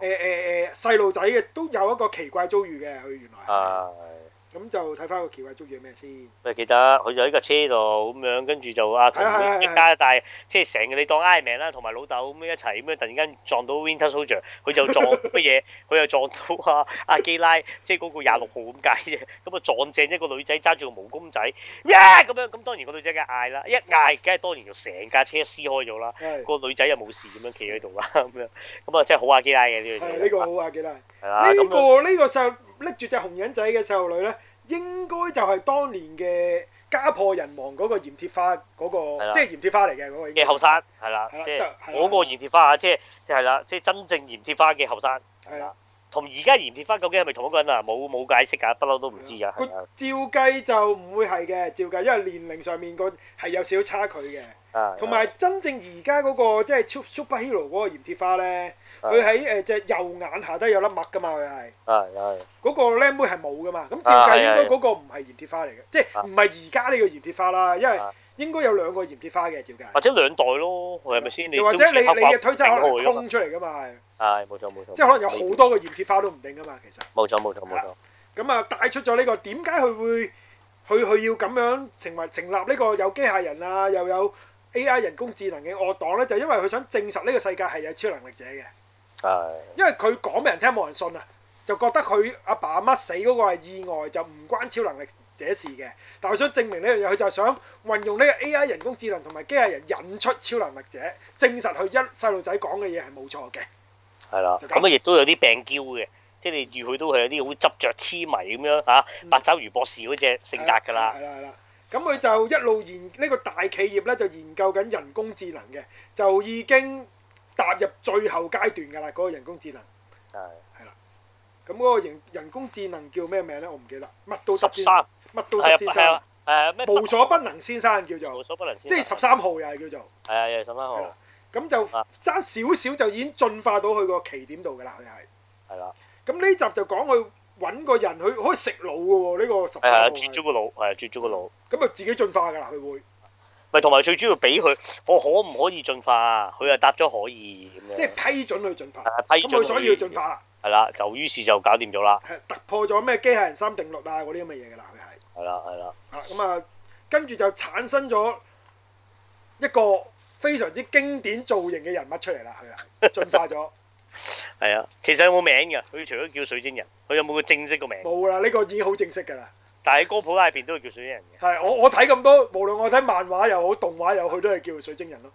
誒誒細路仔嘅都有一個奇怪遭遇嘅，佢原來係
係
咁就睇翻個奇怪遭遇係咩先，
咪記得佢就喺架車度咁樣，跟住就啊同
係啊係啊
一家大，即係成個你當 Iron Man 啦，同埋老豆咁樣一齊咁樣，突然間撞到 Winter Soldier，佢就撞乜 嘢？佢又撞到啊阿基拉，即係嗰個廿六號咁解啫。咁啊撞正一個女仔揸住個毛公仔，呀咁樣，咁當然個女仔梗係嗌啦，一嗌梗係當然就成架車撕開咗啦。
係
個女仔又冇事咁樣企喺度啦，咁樣咁啊真係好阿基拉嘅呢樣
係
嘢。
呢個好啊，記得。
係啦，
呢
咁啊
個呢個細路拎住隻紅人仔嘅細路女咧，應該就係當年嘅家破人亡嗰個鹽鐵花嗰
係
個，
啦
即係鹽鐵花嚟嘅嗰個應該。
嘅後生係啦
係啦，
即係
就係啦
嗰個鹽鐵花啊，即係即係啦，即係真正鹽鐵花嘅後生，
係啦，
同而家鹽鐵花究竟係咪同一個人啊？冇冇解釋㗎，不嬲都唔知㗎，
個
係啊
照計就唔會係嘅，照計，因為年齡上面個係有少少差距嘅。
啊，
同埋真正而家嗰個即係 Sup- superhero 嗰個鹽鐵花咧，
啊
佢喺誒呃隻右眼下低有粒墨㗎嘛，佢係。
係係
嗰個靚妹係冇噶嘛，咁照
啊
計
係
應該
係
嗰個唔係鹽鐵花嚟嘅，即係唔係而家呢個鹽鐵花啦，因為
啊
應該有兩個鹽鐵花嘅照計。
或者兩代咯，係咪先？
又或者
中
你
意
你
黑白
嘅推測可
頂
能
開㗎嘛
空出嚟噶嘛，係
啊係冇錯冇錯，
即係可能有好多個鹽鐵花都唔定噶嘛，其實
冇錯冇錯冇錯，
咁啊帶出咗呢個點解佢會佢佢要咁樣成為成立呢個有機械人啊又有 AI 人工智能嘅惡黨咧，就因為佢想證實呢個世界係有超能力者嘅，
係
因為佢講俾人聽冇人信啊，就覺得佢阿爸阿媽死嗰個係意外，就唔關超能力者事嘅。但係佢想證明呢樣嘢，佢就係想運用呢個 AI 人工智能同埋機械人引出超能力者，證實佢一細路仔講嘅嘢係冇錯嘅。
係啦，
就咁
咁啊亦都有啲病嬌嘅。即係你遇佢都係有啲好執着痴迷咁樣嚇，
嗯
八爪魚博士嗰只性格㗎啦，
係啦係啦。咁佢就一路研呢、個大企業咧，就研究緊人工智能嘅，就已經踏入最後階段㗎啦。嗰、個人工智能，啊
係啊
咁嗰個人人工智能叫咩名咧？我唔記得，乜都得
十
先，
三
乜都
係啊
得先
係
生
啊，誒咩
無所不能先生叫做
無。所不能先
即
生，
係十三號又係叫做，
係啊，又係十三
係
號
啦，咁就
啊
爭少少就已經進化到去個奇點度㗎啦，佢係。
係啦。
咁呢集就講佢揾個人，佢可以食腦㗎喎，呢個十
係
三
啊，
號
啜
哦係
咗個腦，係啊，啜咗個腦。
咁就自己進化㗎啦，佢會，
咪同埋最主要俾佢，我可唔可以進化啊？佢又答咗可以咁樣。
即係批准佢進化。
係啊
咁
批准
佢所以要進。化啦。
係啦，就於是就搞掂咗啦，
係突破咗咩機械人三定律啊嗰啲咁嘅嘢㗎啦，佢係
係啦，係啦，
啊咁啊，跟住就產生咗一個非常之經典造型嘅人物出嚟啦，佢係 進化咗
係啊。其實有冇名㗎？佢除咗叫水晶人，佢有冇個正式個名？
冇啦，呢個已經好正式㗎啦。
但係喺哥普拉入邊都係叫水晶人嘅。
係我我睇咁多，無論我睇漫畫又好，動畫又好，都係叫水晶人咯。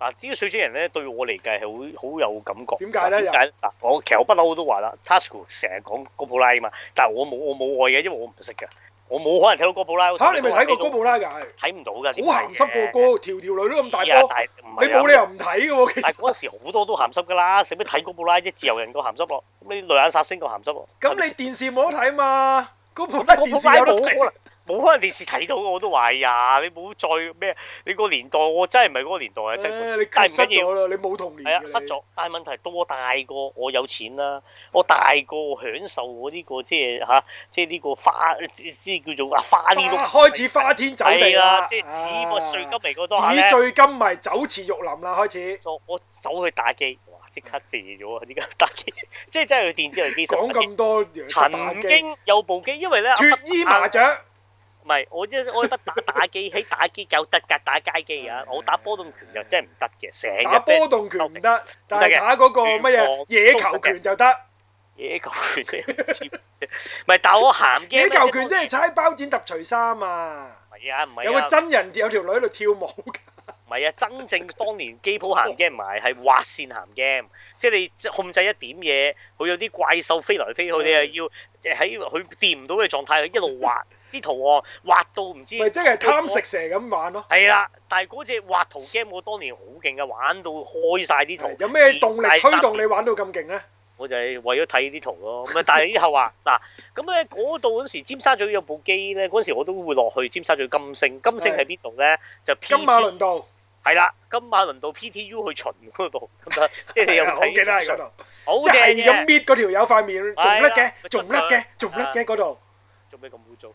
嗱，呢個水晶人咧對我嚟計係好好有感覺。
點解咧
點解嗱，我其實我不嬲都話啦，Tasuku 成日講哥普拉啊嘛，但係我冇我冇愛嘅，因為我唔識㗎，我冇可能睇到哥普拉。
嚇，你咪睇過哥布拉㗎？係
睇唔到㗎，點
好鹹濕個哥，條條女都咁大
知啊
波，
但係唔係啊
你冇理由唔睇嘅喎。其
但係
實
嗰陣時好多都鹹濕㗎啦，使乜睇哥布拉啫？自由人個鹹濕咯，咁你雷眼殺星個鹹濕咯。
咁你電視冇得睇嘛？哥布拉
哥
電
普
視
拉
有得
冇可
睇
能。冇可能電視睇到我都話哎呀！你冇再咩？你個年代我真係唔係嗰個年代啊！真係，
唉你
但
缺
係唔
失
緊要
咗。啦，你冇童年
係啊，
嘅
失
你
咗。但係問題到我大個，我有錢啦，我大個我享受我呢、個即係嚇，即係呢個花，即係叫做啊花呢碌
花開始花天酒地
係
啦，
啦，即係紙個碎金
啊
嚟嗰多下
紙
咧，
醉金迷，酒池肉林啦，開始
我我走去打機，哇！即刻謝咗啊！即刻打機， 即係真係去電子遊戲機室
講
打機。
咁多打
曾
機，
經啊有部機，因為咧
脱衣麻雀，
唔係，我一我一打打機喺打機有得㗎，打街機啊！我打波動拳就真係唔得嘅，成
打
日俾人
波動拳唔得，但係
嘅
打嗰個乜嘢
亂放
野球拳就得。
野球拳 真係唔知唔係，但係我鹹嘅
野球拳即係踩包剪揼除衫啊！
唔係啊，唔
有
係
個
啊，
真人有條女喺度跳舞㗎，
唔係啊，真正當年機鋪鹹 game 唔係係劃線鹹 game，即係你即係控制一點嘢，佢有啲怪獸飛來飛去，你
嗯
又要即係喺佢掂唔到嘅狀態，一路畫啲圖案，畫到唔知
咪即係貪食蛇咁玩咯。
係啦。但係嗰只畫圖 game 我當年好勁嘅，玩到開晒啲圖。
有咩動力
大三
推動你玩到咁勁咧？
我就係為咗睇啲圖咯。咁啊，但係之後話嗱，咁咧嗰度嗰時尖沙咀有部機咧，嗰時我都會落去尖沙咀金星。金星喺邊度咧？就 P
金馬輪道，
係啦，金馬輪到 PTU 去巡嗰度，咁啊，即係你有
係啊我記得喺嗰
睇
度，
好
即係咁
正嘅，啊
搣嗰條友塊面，仲甩嘅，仲甩嘅，仲甩嘅嗰度，
做咩咁污糟？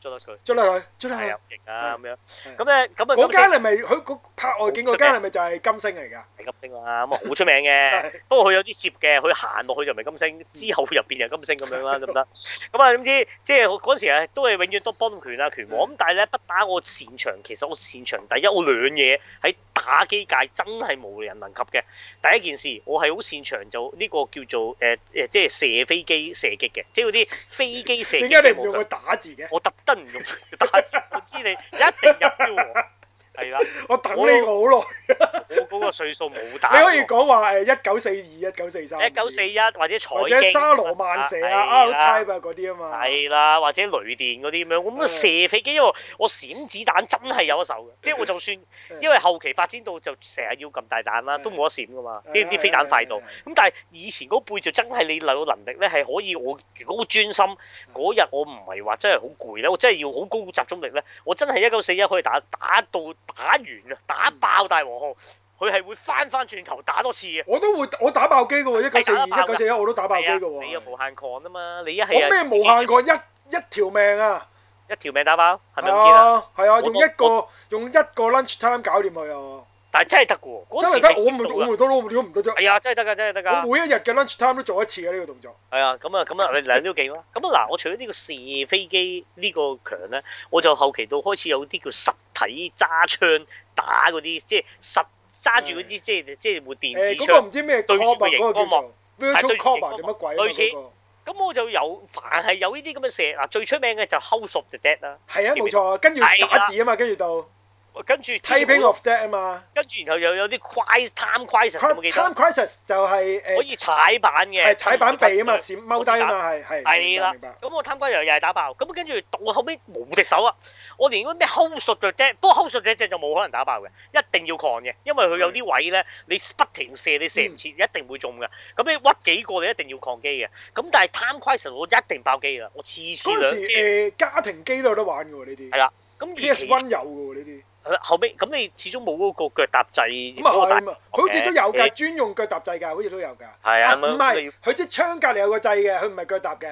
捉得佢
捽甩佢，捽甩
係
佢
啊。，型啊咁樣。
係
咁咧，咁啊，
嗰間
金
係咪佢嗰拍外景嗰間係咪就係金星嚟㗎？
星係金星啦，咁啊好出名 嘅。不過佢有啲接嘅，佢行落去就唔係金星，之後入邊就金星咁 樣啦，得唔得？咁啊，總之即係我嗰時啊，都係永遠都幫到拳啊拳王。咁但係咧，不
嗯
打我擅長，其實我擅長第一，我兩嘢喺打機界真係無人能及嘅。第一件事，我係好擅長做呢個叫做誒誒，即係射飛機射擊嘅，即係嗰啲飛機 射擊
點解
嘅
你唔用
武
個
器。
打字嘅？
我特登唔用打字，我知你一定入標喎。係啦，
我等呢個好
我嗰個歲數冇打
耐。你可以
喎。
講話誒一九四二、一九四三、
一九四一或者財經
或者沙羅曼蛇啊、
係啦
R type 啊嗰啲啊嘛。
係啦，或者雷電嗰啲咁樣，咁啊
嗯
射飛機，因為我閃子彈真係有一手 嘅，即係我就算
嗯
因為後期發展到就成日要撳大彈啦，都冇得閃噶嘛，
嗯
啲啲飛彈快到。咁但係以前嗰輩就真係你有能力咧，係可以我如果好專心
嗯
嗰日，我唔係話真係好攰咧，我真係要好高集中力咧，我真係一九四一可以打打到打完啊，打爆大和號，佢係會翻翻轉頭打多次嘅。
我都會我打爆機嘅喎，一九四二、
你打
一
爆
九四一我都打爆機
啊係
嘅
啊，你又
喎。
無限抗啊嘛，你一係
我咩無限
抗
個一一條命啊！
一條命打爆，係咪
係
咁見啊？
啊，係啊，
我
用一個用一個 lunch time 搞掂佢啊！
但係真係得嘅喎，
真
嗰
係
時係
得我
試
唔
到
我
㗎。
唔多撈唔到唔得啫。
係啊，真係得㗎，真係得㗎。
我每一日嘅 lunch time 都做一次嘅呢個動作。
係啊，咁啊，咁啊，你兩都勁啦。咁啊嗱，我除咗呢個射飛機呢個強咧，我就後期到開始有啲叫實體揸槍打嗰啲，即係實揸住嗰啲，即係即係會電
嗯誒
子
呃嗰個
槍。
唔知咩
對住
cob
個
啊
熒
嗰個叫
光
做
幕
virtual
對住
cob 啊定
熒光幕
乜鬼啊
類似
嗰個？
咁我就有，凡係有呢啲咁嘅射嗱，最出名嘅就 House of the Dead 啦，
係啊，冇錯啊，跟住打字啊嘛，跟住到
跟住
typing of dead 啊嘛
跟住然後又有啲 Cry Time Crisis，有冇記
，time
得？
crisis 就係
可
誒
以踩板嘅，
係踩板避啊嘛，閃踎低啊嘛，係係
係啦
明白，
咁我貪官又又係打爆，咁跟住到我後尾無敵手啊！我連嗰啲咩空術嘅啫，不過空術嘅隻就冇可能打爆嘅，一定要抗嘅，因為佢有啲位咧，你不停射你射唔
嗯
切，一定會中嘅。咁你屈幾個你一定要抗機嘅。咁但係貪官實我一定爆機啦，我次次
嗰陣
兩
時
機。
誒家庭機都有得玩嘅喎呢啲
係啊啦，咁而
，PS
其
One 有嘅喎呢
係啦後尾咁你始終冇嗰個腳踏掣
啲，咁
嗰個
啊
大
係啊，好似都有
嘅
㗎，專用腳踏掣㗎，好似都有㗎。
係啊
啊
咁樣
唔
你
係
要
佢支槍隔離有個掣嘅，佢唔係腳踏嘅。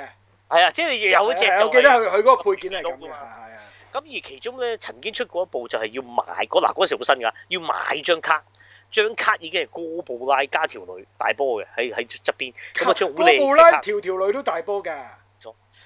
係啊，即係你有一隻
係啊
就
我記得
係
佢佢嗰個配件係咁嘅，係
見到㗎嘛
啊係啊。
咁而其中咧，曾經出過一部就係要買嗰嗱嗰時好新㗎，要買張卡。張卡已經係哥布拉加條女大波嘅，喺喺側邊咁啊張好
哥
靚
布
嘅
拉
卡，
條條女都大波㗎，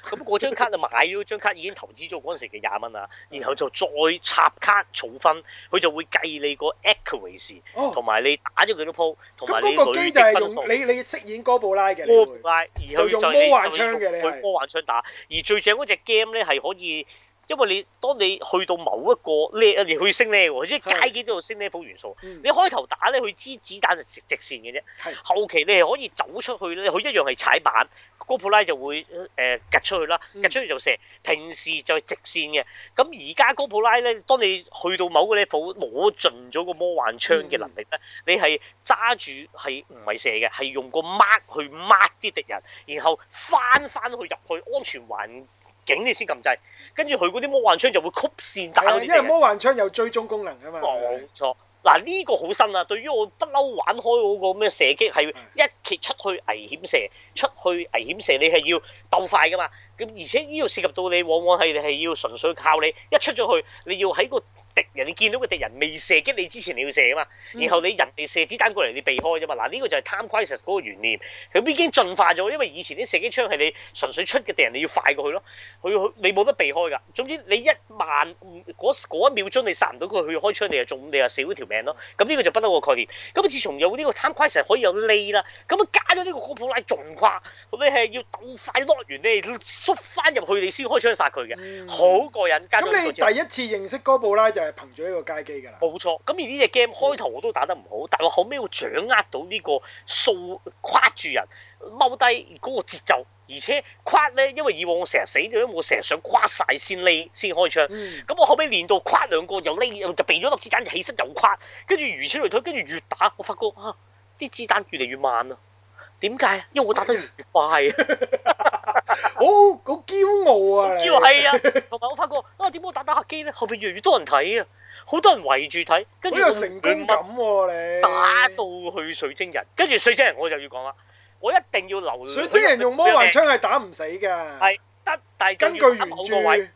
咁嗰張卡就買咗張卡已經投資咗嗰陣時嘅廿蚊啦，然後就再插卡儲分，佢就會計你個 accuracy 同
哦，
埋你打咗幾多鋪，同
咁
埋你
嗰個機
累
就
積
係
分數
用。你你飾演哥布拉嘅，你
魔布
會
拉，然後
就用
就
魔幻槍嘅你
你就
係
用魔幻槍打。而最正嗰只 game 咧係可以，因為你當你去到某一個 level，你去升 level，即係街機都有升 level 元素。
嗯
你開頭打咧，佢支子彈係直直線嘅啫
係。
後期你係可以走出去咧，佢一樣係踩板，高普拉就會誒呃趌、出去啦，
嗯
趌出去就射。平時就係直線嘅。咁而家高普拉咧，當你去到某個 level 攞盡咗個魔幻槍嘅能力咧，你係揸住係唔係射嘅，係用個 mark 去 mark 啲敵人，然後翻翻去入去安全環境你先撳掣，跟住佢嗰啲魔幻槍就會曲線打
係
嗰
啊，
啲敵
因為
人。
魔幻槍有追蹤功能㗎嘛，
冇錯。嗱呢個好新啊！對於我不嬲玩開嗰個咩射擊係一揭出去危險射，出去危險射你係要鬥快噶嘛。咁而且呢度涉及到你往往係你係要純粹靠你一出咗去，你要喺個敵人你見到個敵人未射擊你之前你要射噶嘛。
嗯
然後你人哋射子彈過嚟你避開啫嘛。嗱呢個就係 time crisis 嗰個原念，佢已經進化咗，因為以前啲射擊槍係你純粹出嘅敵人你要快過去咯。佢佢你冇得避開㗎。總之你一萬嗰嗰一秒鐘你殺唔到佢，佢開槍你就中，你就少條命咯。咁呢個就不嬲個概念。咁啊自從有呢個 time crisis 可以有 lay 啦，咁啊加咗呢個高普拉仲誇，你係要鬥快 lock 完你縮翻入去你先開槍殺佢嘅，
嗯
好過癮。加咗
咁
呢
你
個之後
第一次認識哥布拉就係憑住呢個街 機㗎啦。
冇錯，咁而呢只 game 開頭我都打得唔好，但我後尾我掌握到呢個數跨住人踎低嗰個節奏，而且跨咧，因為以往我成日死咗，因為我成日想跨晒先匿先開槍。
嗯，
咁我後尾練到跨兩個又匿，又就避咗粒子彈，起身又跨，跟住如此類推，跟住越打我發覺啊，啲子彈越嚟越慢啊！點解啊？因為我打得越 快啊！
好好驕傲啊！你
要係啊，同埋我發覺啊，點解我打打下機咧，後邊越嚟越多人睇啊，好多人圍住睇，跟
好
住嗯
有
我
成功
兩
感喎你。
打到去水晶人，跟住水晶人我就要講啦，我一定要留
水晶人用魔幻
出
槍係打唔死㗎。
係得，但係
根據
就要打
原
某個位，
著，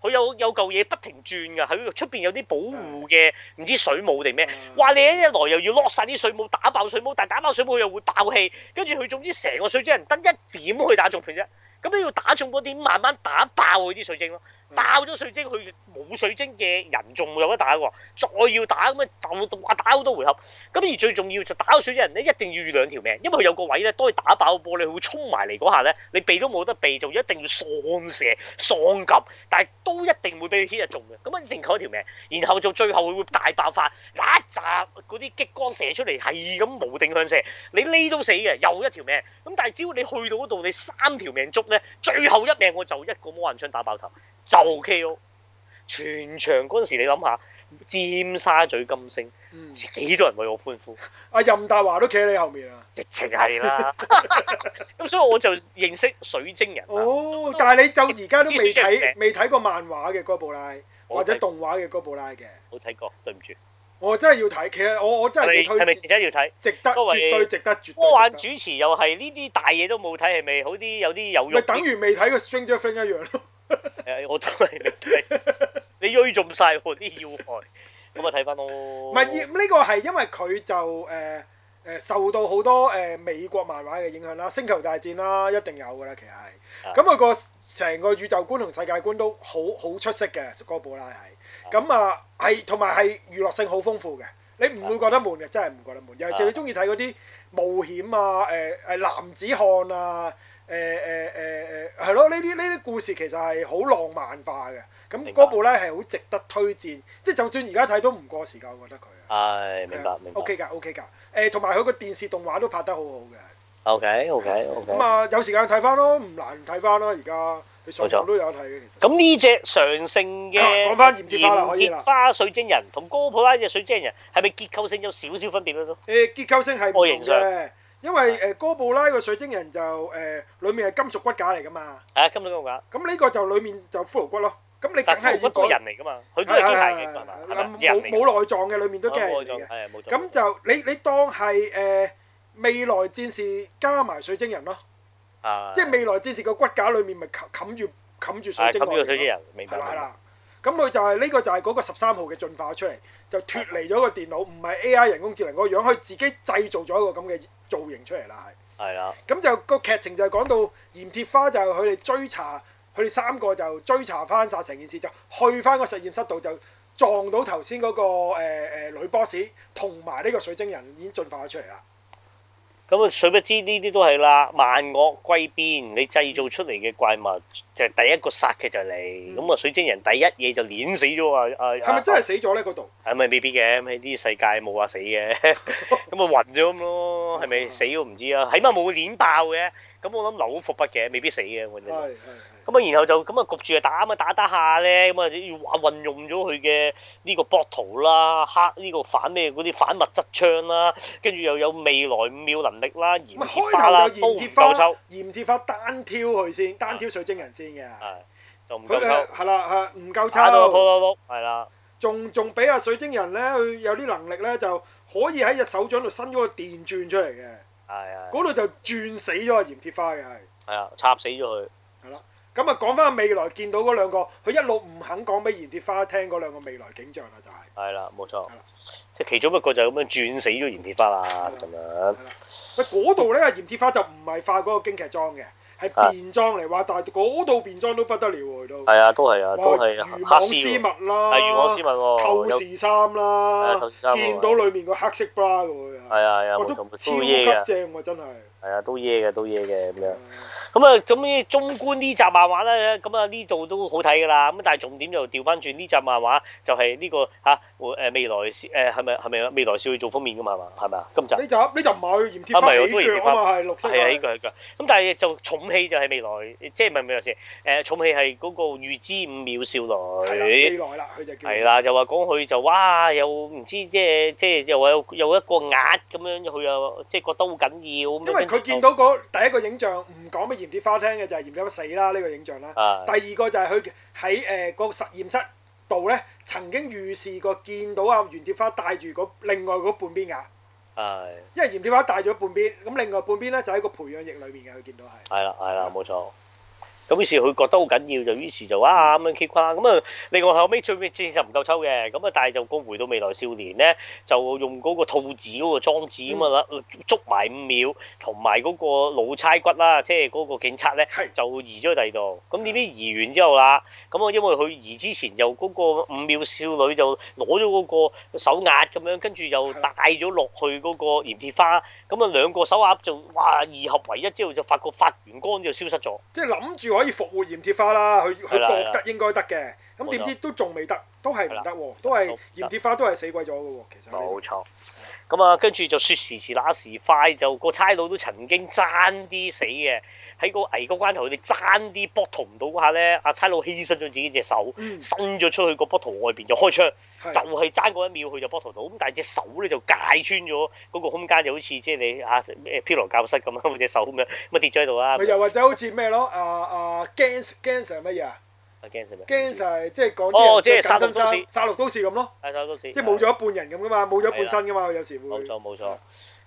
佢有有嚿嘢不停轉㗎，喺出邊有啲保護嘅唔知水母定咩
嗯。
哇！你一來又要落晒啲水母，打爆水母，但係打爆水母又會爆氣，跟住佢總之成個水晶人得一點去打中佢啫。咁你要打中嗰點，慢慢打爆佢啲水晶咯。爆咗水晶，佢冇水晶嘅人仲有得打喎，再要打咁啊，就話打好多回合。咁而最重要就打咗水晶人咧，一定要預兩條命，因為佢有個位咧，當佢打爆個玻璃，佢會衝埋嚟嗰下咧，你避都冇得避，就一定要喪射、喪撳，但係都一定會俾佢 hit 啊中嘅，咁啊一定扣一條命。然後就最後佢會大爆發，嗱一扎嗰啲激光射出嚟係咁無定向射，你匿都死嘅，又一條命。咁但係只要你去到嗰度，你三條命捉咧，最後一命我就一個魔幻槍打爆頭。就 KO。全場嗰陣時，你諗下，尖沙咀金星
嗯
幾多人為我歡呼，
阿任達華都企喺你後面啊！
直情係 啦。咁所以我就認識水晶人啦。
哦，但係你就而家都未
知水晶人
睇未睇過漫畫嘅哥布拉，
我
或者
睇
動畫嘅哥布拉嘅，
冇睇過，對唔住。
我真係要睇。其實我我真
係咪
係
係咪
推
值得要睇？
值得，
各位
絕對值得，絕
科幻
對
主
值
持又係呢啲大嘢都冇睇，係咪好啲有啲
得。
有用
咪
啲？
等於未睇過 Stranger Things 一樣咯。
誒，我都係未睇。你追中晒我啲要害，咁啊睇翻咯。
唔
唔
係呢呢個係因為佢就誒誒、受到好多誒、呃美國漫畫嘅影響啦，《星球大戰》啦，一定有㗎啦，其
啊
實係。咁佢個成個宇宙觀同世界觀都好好出色嘅，哥布拉係。咁啊係同埋係娛樂性好豐富嘅，你唔會覺得悶嘅，真係唔覺得悶。
啊
尤其是你中意睇嗰啲冒險啊、誒、誒男子漢啊。誒誒誒誒係咯，呢啲呢啲故事其實係好浪漫化嘅，咁
明白
嗰部咧係好值得推薦，即係就算而家睇都唔過時間，我覺得佢。
係明白明白。
O K 㗎，O K 㗎。誒，同埋佢個電視動畫都拍得好好嘅。
OK OK OK
咁。啊，有時間睇翻咯，唔難睇翻啦。而家你上網都有得睇嘅，其實。
咁呢只上乘嘅
啊講返鹽鐵花啦可以啦
鹽鐵花水晶人同高普拉只水晶人係咪結構性有少少分別咧？都
誒結構性係唔
外形
同
上
嘅，因為誒哥布拉個水晶人就誒裡面係金屬骨架嚟㗎嘛，
係啊，今日咁講，
咁呢個就裡面就骷髏骨咯。咁你梗
但
係
係
要
嗰
講
個人嚟噶嘛，佢都係機械嘅係嘛，係咪？
冇
人嚟
冇內臟嘅，裡面都機械人嚟嘅。
係啊冇錯。
咁就你你當係誒、呃未來戰士加埋水晶人咯，
啊，
即係未來戰士個骨架裏面咪冚冚住冚住
係
水晶
冚
落嚟
呢
咯
個水晶人，明
係
白
啦係
明白。
啦。咁佢就係、呢、個就係嗰個十三號嘅進化出嚟，就脱離咗個電腦，唔係 AI 人工智能個樣，佢自己製造咗一個咁嘅造型出嚟啦，係。
係啦，
咁就個劇情就係講到鹽鐵花就係佢哋追查，佢哋三個就追查翻晒成件事，就去翻個實驗室度就撞到頭先嗰個誒、呃、女 boss 同埋呢個水晶人已經進化咗出嚟啦。
咁啊，水不知呢啲都係啦，萬惡歸邊，你製造出嚟嘅怪物就係第一個殺嘅就係你，咁啊、水晶人第一嘢就碾死咗啊啊！
係咪真係死咗呢？嗰度
係咪未必嘅？咁喺呢啲世界冇話死嘅，咁啊暈咗咁咯，係咪死我唔知啊，起碼冇碾爆嘅。咁我諗扭伏筆嘅，未必死嘅，我覺得
係係
咁啊，然後就咁啊，焗住啊打咁啊，打打下咧，咁啊要運用咗佢嘅呢個博圖啦，黑呢個反咩嗰啲反物質槍啦，跟住又有未來五秒能力啦，
咪
鹽鐵花啦，
啊開頭就
都唔
鹽鐵
夠
花
抽，，
鹽鐵花單挑佢先，單挑水晶人先嘅。
係就唔
啊佢誒
夠抽，
係啦，係唔夠
打到
抽
個。碌碌碌，係啦，
仲仲俾阿水晶人咧，佢有啲能力咧，就可以喺隻手掌度伸咗個電轉出嚟嘅，
係係
嗰度就轉死咗阿鹽鐵花嘅係，
係啊，插死咗佢，
係啦。咁啊講翻未來見到嗰兩個，佢一路唔肯講俾鹽鐵花聽嗰兩個未來景象啦，就係、
係啦，冇錯
係啦，
即係其中一個就咁樣轉死咗鹽鐵花啦，咁樣
係啦。喂，嗰度咧鹽鐵花就唔係化嗰個京劇裝嘅，係變裝嚟話，但係嗰度變裝都不得了喎，佢都。
係啊，都係啊，都
哇
係
魚
黑
網
絲
絲
喎，
襪啦，
係魚網絲襪喎，有
透視衫
係
啦
啊透視衫，喎
見到裡面個黑色 bra 嘅喎，
係啊係啊，
我
冇
都
錯
超
冇錯都耶
級
嘅，
正喎，真係。
係啊，都耶嘅，都耶嘅咁樣。咁啊，咁呢中觀呢集漫畫咧，咁啊呢度都好睇㗎啦。咁啊但係重點就調翻轉呢集漫畫就係呢、個嚇誒、未來誒係咪係咪未來少女做封面㗎嘛係嘛係咪啊？今集
呢集呢集唔係鹽鐵
啊唔係
花
我都
起
鹽鐵
腳
花
啊嘛，係綠色
係啊，呢
嘅。
個係呢個。咁但係就重戲就係未來，即係唔係未來先誒重戲係嗰個預知五秒少
係啦，
女
未。來啦，佢就叫。
係。啦，就話講佢就哇，又唔知即係即係又話有有一個額咁樣，佢又即係覺得好緊要咁樣。
因為佢見到嗰第一個影像唔講俾鹽鐵花聽嘅就係鹽鐵花死啦呢個影像啦。
啊
第二個就係佢喺誒個實驗室度咧，曾經預示過見到阿鹽鐵花戴住嗰另外嗰半邊眼，
係。
因為鹽鐵花戴咗半邊，咁另外半邊咧就喺個培養液裡面嘅，佢見到係。
係啦，係啦，冇錯。咁於是佢覺得好緊要，就於是就啊咁樣 keep 啦。咁啊，另外後尾最尾正實唔夠抽嘅，咁啊，但係就個回到未來少年咧，就用嗰個兔子嗰個裝置咁啊，捉埋五秒，同埋嗰個老差骨啦，即係嗰個警察咧
係，
就移咗去第二度。咁點知移完之後啦，咁啊，因為佢移之前就嗰個五秒少女就攞咗嗰個手鐲咁樣，跟住又帶咗落去嗰個鹽鐵花。咁啊兩個手鴨就哇二合為一之後就發覺發完光之後消失咗，
即係諗住可以復活鹽鐵花啦，佢
係
佢
啦
覺得應該得嘅，咁點
冇
知都仲未得，都係唔得喎，都
冇
係
錯
鹽鐵花都係死鬼咗嘅喎，其實呢個。
錯。咁啊，跟住就説時遲那時快，就個差佬都曾經爭啲死嘅，喺個危急關頭佢哋爭啲搏圖唔到嗰下咧，阿差佬犧牲咗自己隻手，
嗯，
伸咗出去個搏圖外邊就開槍，
係
就係爭嗰一秒佢就搏圖到，咁但係隻手咧就界穿咗嗰個空間，就好似即係你啊誒漂流教室咁樣，隻手咁樣咁啊 跌咗喺度啦。
咪又或者好似咩咯？啊啊，Gans Gans 係乜嘢啊
啊驚死咩？
？Gans 係即係講
哦
啲人着緊
即係
身
殺戮都
衫
市、
殺戮都市咁咯，
啊手都死
即係冇咗一半人咁噶嘛，冇咗一半身噶嘛，有時會。
冇錯冇錯。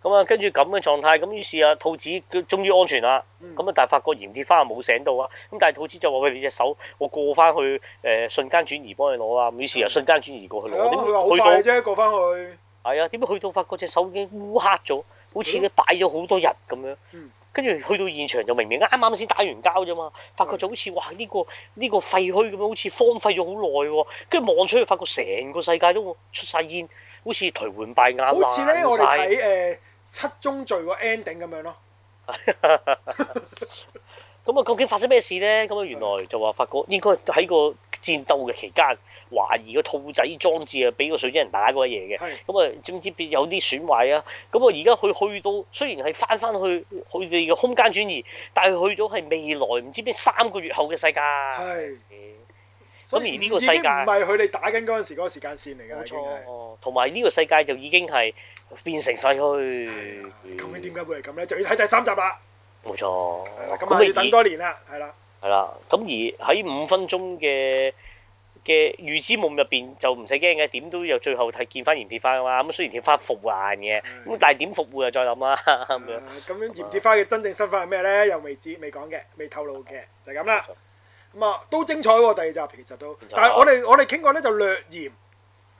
咁啊，跟住咁嘅狀態，咁於是啊，兔子佢終於安全啦。
嗯
咁啊，但係發覺鹽鐵花冇醒到啊。咁但係兔子就話：喂，你隻手，我過翻去誒、呃瞬間轉移幫你攞啊。咁於是啊，瞬間轉移過
嗯係
去攞。
咯，
點
佢話好
知去
快
到
啫，過翻去。
係啊，點解去到發覺隻手已經烏黑咗，好似咧擺咗好多日咁樣
嗯。
跟住去到現場就明明啱啱先打完交啫嘛，發覺就好似哇呢、個呢、個廢墟咁樣，好似荒廢咗好耐喎。跟住望出去，發覺成個世界都出晒煙，好似頹垣敗瓦
好似咧，
爛
我
晒
哋睇誒七宗罪個 ending 咁樣咯。
咁啊，究竟發生咩事咧？咁啊，原來就話發覺應該喺個戰鬥嘅期間，懷疑個兔仔裝置啊，俾個水晶人打過一嘢嘅。
係
咁啊，總之有啲損壞啊。咁啊，而家佢去到雖然係翻翻去佢哋嘅空間轉移，但係去咗係未來唔知邊三個月後嘅世界。
係。
啊咁
所
而
以
呢個世
已經
界
唔係佢哋打緊嗰陣時嗰個時間線嚟㗎啦，
冇
已經係。
錯，同埋呢個世界就已經係變成廢墟。
究竟點解會係咁咧？就要睇第三集啦。
冇錯。
係啦，咁啊要
而
等多年啦，係啦。
係啦，咁而喺五分鐘嘅嘅預知夢入邊就唔使驚嘅，點都有最後睇見翻鹽鐵花噶嘛。咁雖然鐵花復活眼嘅，
嗯
咁但係點復活啊？再諗啦咁啊樣。
啊咁樣鹽鐵花嘅真正身份係咩呢？又未知、未講嘅、未透露嘅，就係咁啦。咁啊都精彩喎！第二集其實都，
嗯
但係我哋我哋傾過咧就略嫌，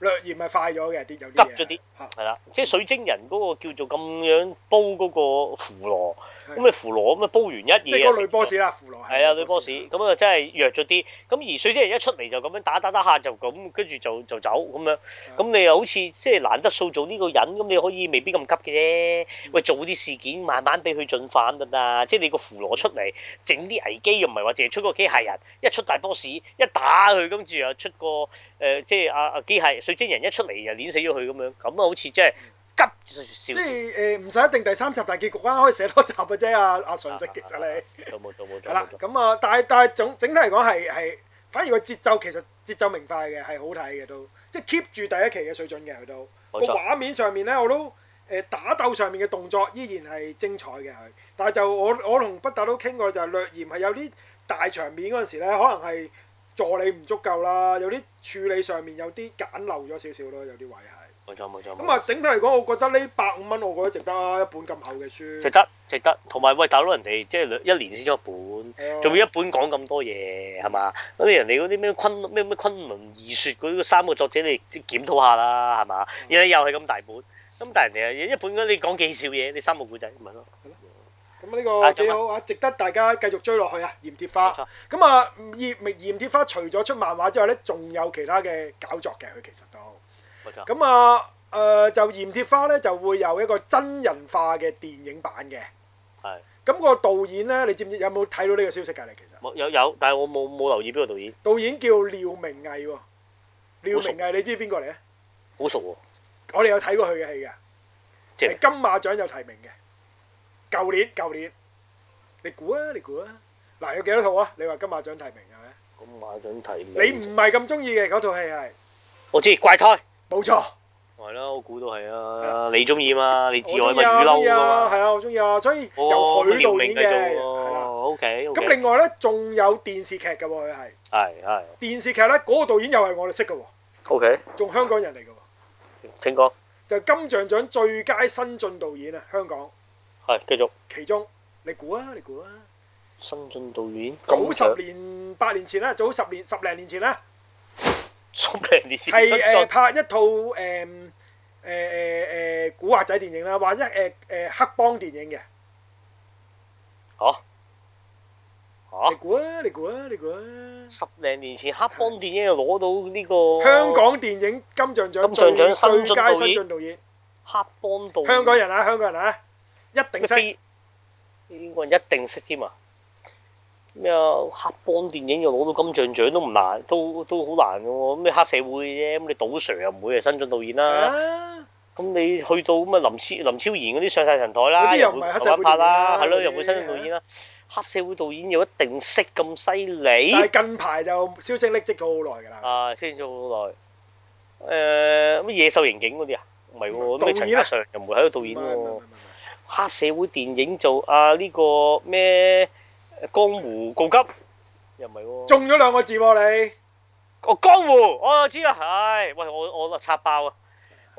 略嫌咪快咗嘅啲有啲嘢
急咗啲啊
嚇
係啦，即係水晶人嗰個叫做咁樣煲嗰個符螺，
係
咁你符螺咁啊煲完一夜啊，
即係嗰個女
成
boss 啦，芙羅
係啊，女 boss 咁啊，真係弱咗啲。咁而水晶人一出嚟就咁樣打打打下就咁，跟住就就走咁
啊
樣。咁你又好似即係難得塑造呢個人，咁你可以未必咁急嘅
嗯
啫。喂，做啲事件慢慢俾佢進化咁得啦。即係你個符螺出嚟，整啲危機又唔係話淨係出個機械人，一出大 boss 一打佢，跟住又出個誒、呃即係啊啊機械水晶人一出嚟就碾死咗佢咁樣。咁啊，好似真係急
即
少
係
少。
誒唔使一定第三集大結局啦，可以寫多集嘅啫。阿阿
啊
純色其實你。
做冇做冇
係
做
啦
冇，做。
咁啊，但係但係總整體嚟講係係，反而個節奏其實節奏明快嘅，係好睇嘅都，即係 keep 住第一期嘅水準嘅佢都。個
冇錯
畫面上面咧，我都誒、呃打鬥上面嘅動作依然係精彩嘅佢，但係就我我同北打都傾過，就係略嫌係有啲大場面嗰陣時咧，可能係助理唔足夠啦，有啲處理上面有啲簡陋咗少少咯，有啲位係。
冇錯冇錯。
咁啊，整體嚟講，我覺得呢百五蚊，我覺得值得啊，一本咁厚嘅書。
值得值得，同埋喂大佬人哋即係兩一年先出一本，
係啊
仲要一本講咁多嘢係嘛？咁你人哋嗰啲咩昆咩咩昆崙二説嗰啲三個作者，你檢討下啦係嘛？
嗯
人哋又係咁大本，咁但係人哋一本嗰你講幾少嘢？你三個古仔咪咯，
咁呢個幾好啊，值得大家繼續追落去啊！鹽鐵花
冇錯
咁啊，鹽鹽鐵花除咗出漫畫之外咧，仲有其他嘅搞作嘅佢其實都
冇錯。
咁啊誒、就鹽鐵花咧就會有一個真人化嘅電影版嘅。
係
咁個導演咧，你知唔知有冇睇到呢個消息㗎？你其實
冇有有，但係我冇冇留意邊個導演，
導演叫廖明毅喎、廖明毅你知邊個嚟啊咧？
好熟喎。
我哋有睇過佢嘅戲嘅，
即係
係金馬獎有提名嘅。舊年舊年，你估啊？你估啊？嗱，有幾多套啊？你話金馬獎提名係咪？
咁買緊睇
你唔係咁中意嘅嗰套戲係
我知怪胎
冇錯，
係啦，我估到係啊，你中意嘛？你至愛
我
咪
中意啊，
魚
中
嬲
意
㗎
啊，係
嘛？
啊，我中意啊，所以由
哦，
佢
廖
導
明
演
繼續
嘅
喎
係啦。
，OK OK。
咁另外咧，仲有電視劇嘅喎，佢係
係係
電視劇咧，嗰個導演又係我哋識嘅喎，
OK。
仲香港人嚟嘅喎，
請講，
就金像獎最佳新晉導演啊，香港
係繼續。
其中，你估啊，你估啊，
新晉導演
早十年八年前啦，早十年十零年前啦，
早零年前
係
新
誒
作
拍一套誒誒誒誒古惑仔電影啦，或者誒誒黑幫電影嘅。
嚇
你
嚇
估啊！你估啊！你估啊！
十零年前黑幫電影又攞到呢個
香港電影金像獎
哦金像獎
最
新晉
最佳
導演
新晉導演，
黑幫導演
香港人啊，香港人啊，一定
咩
識。
飛呢個人一定識添啊！咩啊？黑幫電影又攞到金像獎都唔難，都都好難嘅喎。咩黑社會啫，咁你賭 Sir 又唔會係新晉導演啦。
啊
咁你去到咁啊林超林超賢嗰啲上晒神台
嗰
啦，
啲又唔
會
係黑
慢
社
慢
會
拍啦，
導演啦
係咯，
嗰啲
又會新晉導演啦。黑社會導演又一定識咁犀
但
利。
係近排就消息匿跡咗好耐㗎啦。
啊，先咗好耐。誒乜野獸刑警嗰啲啊？唔係喎，咩
導
陳
演啊
嘉上又唔會喺度導
唔係
演
唔係唔
喎
係。唔
黑社會電影做啊呢個咩江湖告急又唔係
係
喎。
中咗兩個字喎
哦江湖，我知啦，唉，喂我我插爆啊！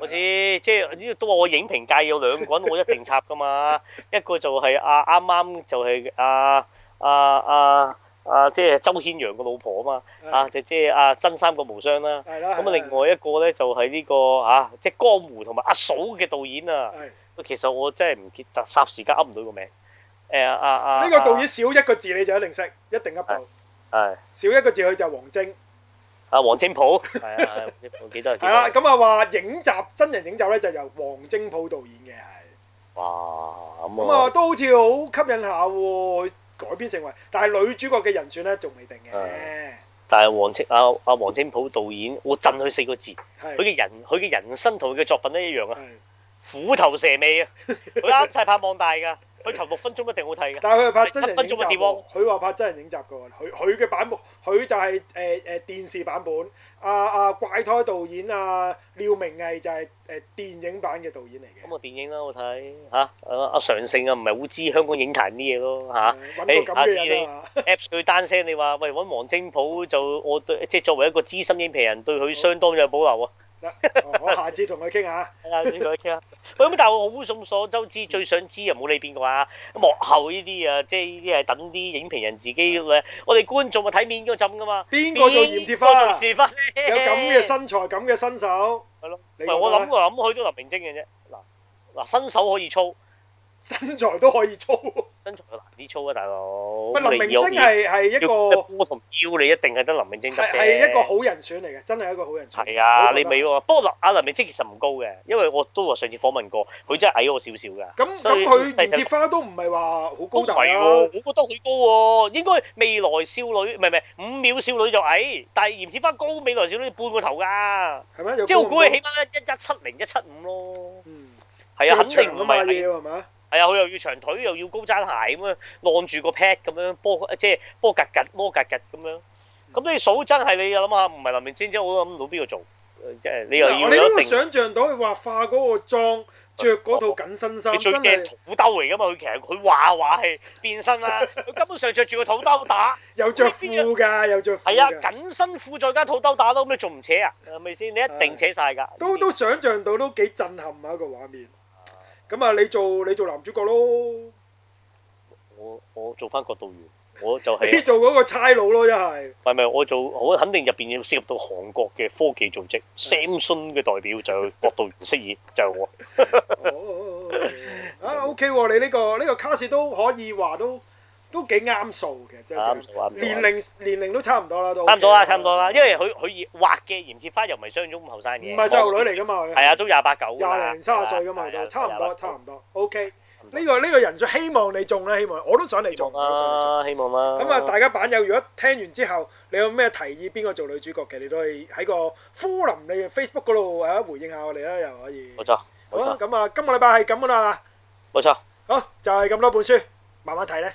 我知，即係呢都話我影評界有兩個人，我一定插噶嘛。 一個就係啊啱啱就係啊啊啊啊，即係周顯揚個老婆啊
你。
嘛，啊就即係啊真三國無雙啦。
係啦。係
咁
啦
啊，另外一個咧就係呢、個啊，即係江湖同埋阿嫂嘅導演啊。
係
喂其實我真係唔記得，霎時間噏唔到個名。誒啊啊
呢
啊！
個導演少一個字你就一定識，一定噏到。
係
少一個字佢就係王晶。
啊，黃精甫係啊，係我記得記
係啦，
得。
咁啊話影集真人影集咧就由王晶抱導演嘅係。
哇
咁
咁
啊，
啊，
都好似好吸引下喎，改編成為，但係女主角嘅人選咧仲未定嘅，
係但係黃精啊啊黃精甫導演，我震佢四個字，
係
佢嘅人佢嘅人生同佢嘅作品都一樣啊，
係，
虎頭蛇尾啊，佢啱晒拍網大㗎，佢頭六分鐘一定好睇㗎。
但係佢係拍真人影集
七分鐘嘅電
喎，佢話拍真人影集嘅喎，佢佢嘅版本，佢就係誒誒電視版本，啊啊怪胎導演啊廖明毅就係誒電影版嘅導演嚟
咁
嘅，
啊，電影啦，我睇嚇，啊阿常勝啊，唔係好知香港影壇啲嘢咯嚇。
揾個咁嘅人啊嘛，
Apps 佢單聲，你話喂揾黃精甫就我對即係作為一個資深影評人對佢相當有保留啊，
得，我下次同佢傾 下。
係啦，呢個 OK 啦。喂，咁但係我好眾所周知，最想知又冇你邊個啊？幕後呢啲啊，即係呢啲係等啲影評人自己嘅。我哋觀眾啊睇面嗰陣㗎嘛。
邊個做鹽鐵花啊
邊個做鹽鐵花
有咁 嘅身材，咁嘅身手，
係咯。
你
唔
覺得呢
係我諗我諗去都林明晶嘅啫。嗱嗱，新手可以操，
身材都可以操。
身材難啲操啊，大佬。
喂，林明晶
你要
係係一
要
個
波同腰，你一定係得林明晶得
係
嘅。
係一個好人選嚟嘅，真係一個好人選。
係啊，
我覺
你
得
咪喎。不過林阿林明晶其實唔高嘅，因為我都話上次訪問過，佢真係矮咗我少少㗎。
咁
所以
咁，佢
細
連
細粒
鐵花都唔係話好高大
係喎，
啊
我。覺得佢高喎，應該未來少女唔係唔係五秒少女就矮，但係鹽鐵花高未來少女半個頭㗎，
係咪？有
即係我
高
估
唔
佢
高
起碼一一七零一七五咯，
嗯，
係
腳
啊，肯定
長
唔
啊嘛
係
要
矮，
係嘛？
係啊，佢又要長腿又要高踭鞋咁樣，晾住個 pat 咁樣波即係波格格摩格格咁樣，咁你數真係你諗下，唔係林明晶啫，我都諗唔到邊個做，呃即係你又
嗱
要
我哋
有
呢
一
個
定。
想像到佢畫化嗰個妝，着嗰套緊身衫，
佢最
真
正
係
土兜嚟㗎嘛，佢其實佢話話係變身啦，佢根本上着住個土兜打。
有着褲 㗎，有着褲
係啊，
㗎，
緊身褲再加肚兜打都咁，你仲唔扯啊？係咪先？你一定扯晒㗎。
都都想像到都幾震撼啊個畫面。咁啊，你做你做男主角咯，
我我做翻個導員，我就
你
係啊
做嗰個差佬咯，一係。
唔係唔係我做，我肯定入邊要涉及到韓國嘅科技組織 Samsung 嘅代表 就係郭導員飾演就係我。
哦 啊 OK 喎，你呢個呢個卡士都可以話都都幾啱數嘅，真係
啱數啱數
年齡年齡都差唔多啦，都
差唔多啦，啊
OK 啊
差唔多啦，因為佢佢畫嘅鹽鐵花又唔係相中咁後生嘅，
唔係細路女嚟㗎嘛，佢
係啊，都廿八九㗎啦，
廿零三十歲㗎嘛，
係
佢
啊
都差唔多，差唔多。OK，
唔多啊
呢個呢個人數希望你中啦，希望我都想你
希
中。
望
我都想你中
啦，希望啦。
咁啊，大家版友如果聽完之後，你有咩提議邊個做女主角嘅，你都可以喺個 forum 你嘅 Facebook 嗰度啊回應下我哋啦，又可以
冇。錯，
好
冇
啦，啊
錯，
咁啊，今個禮拜係咁㗎啦，
冇錯。
好就係咁多本書，慢慢睇咧。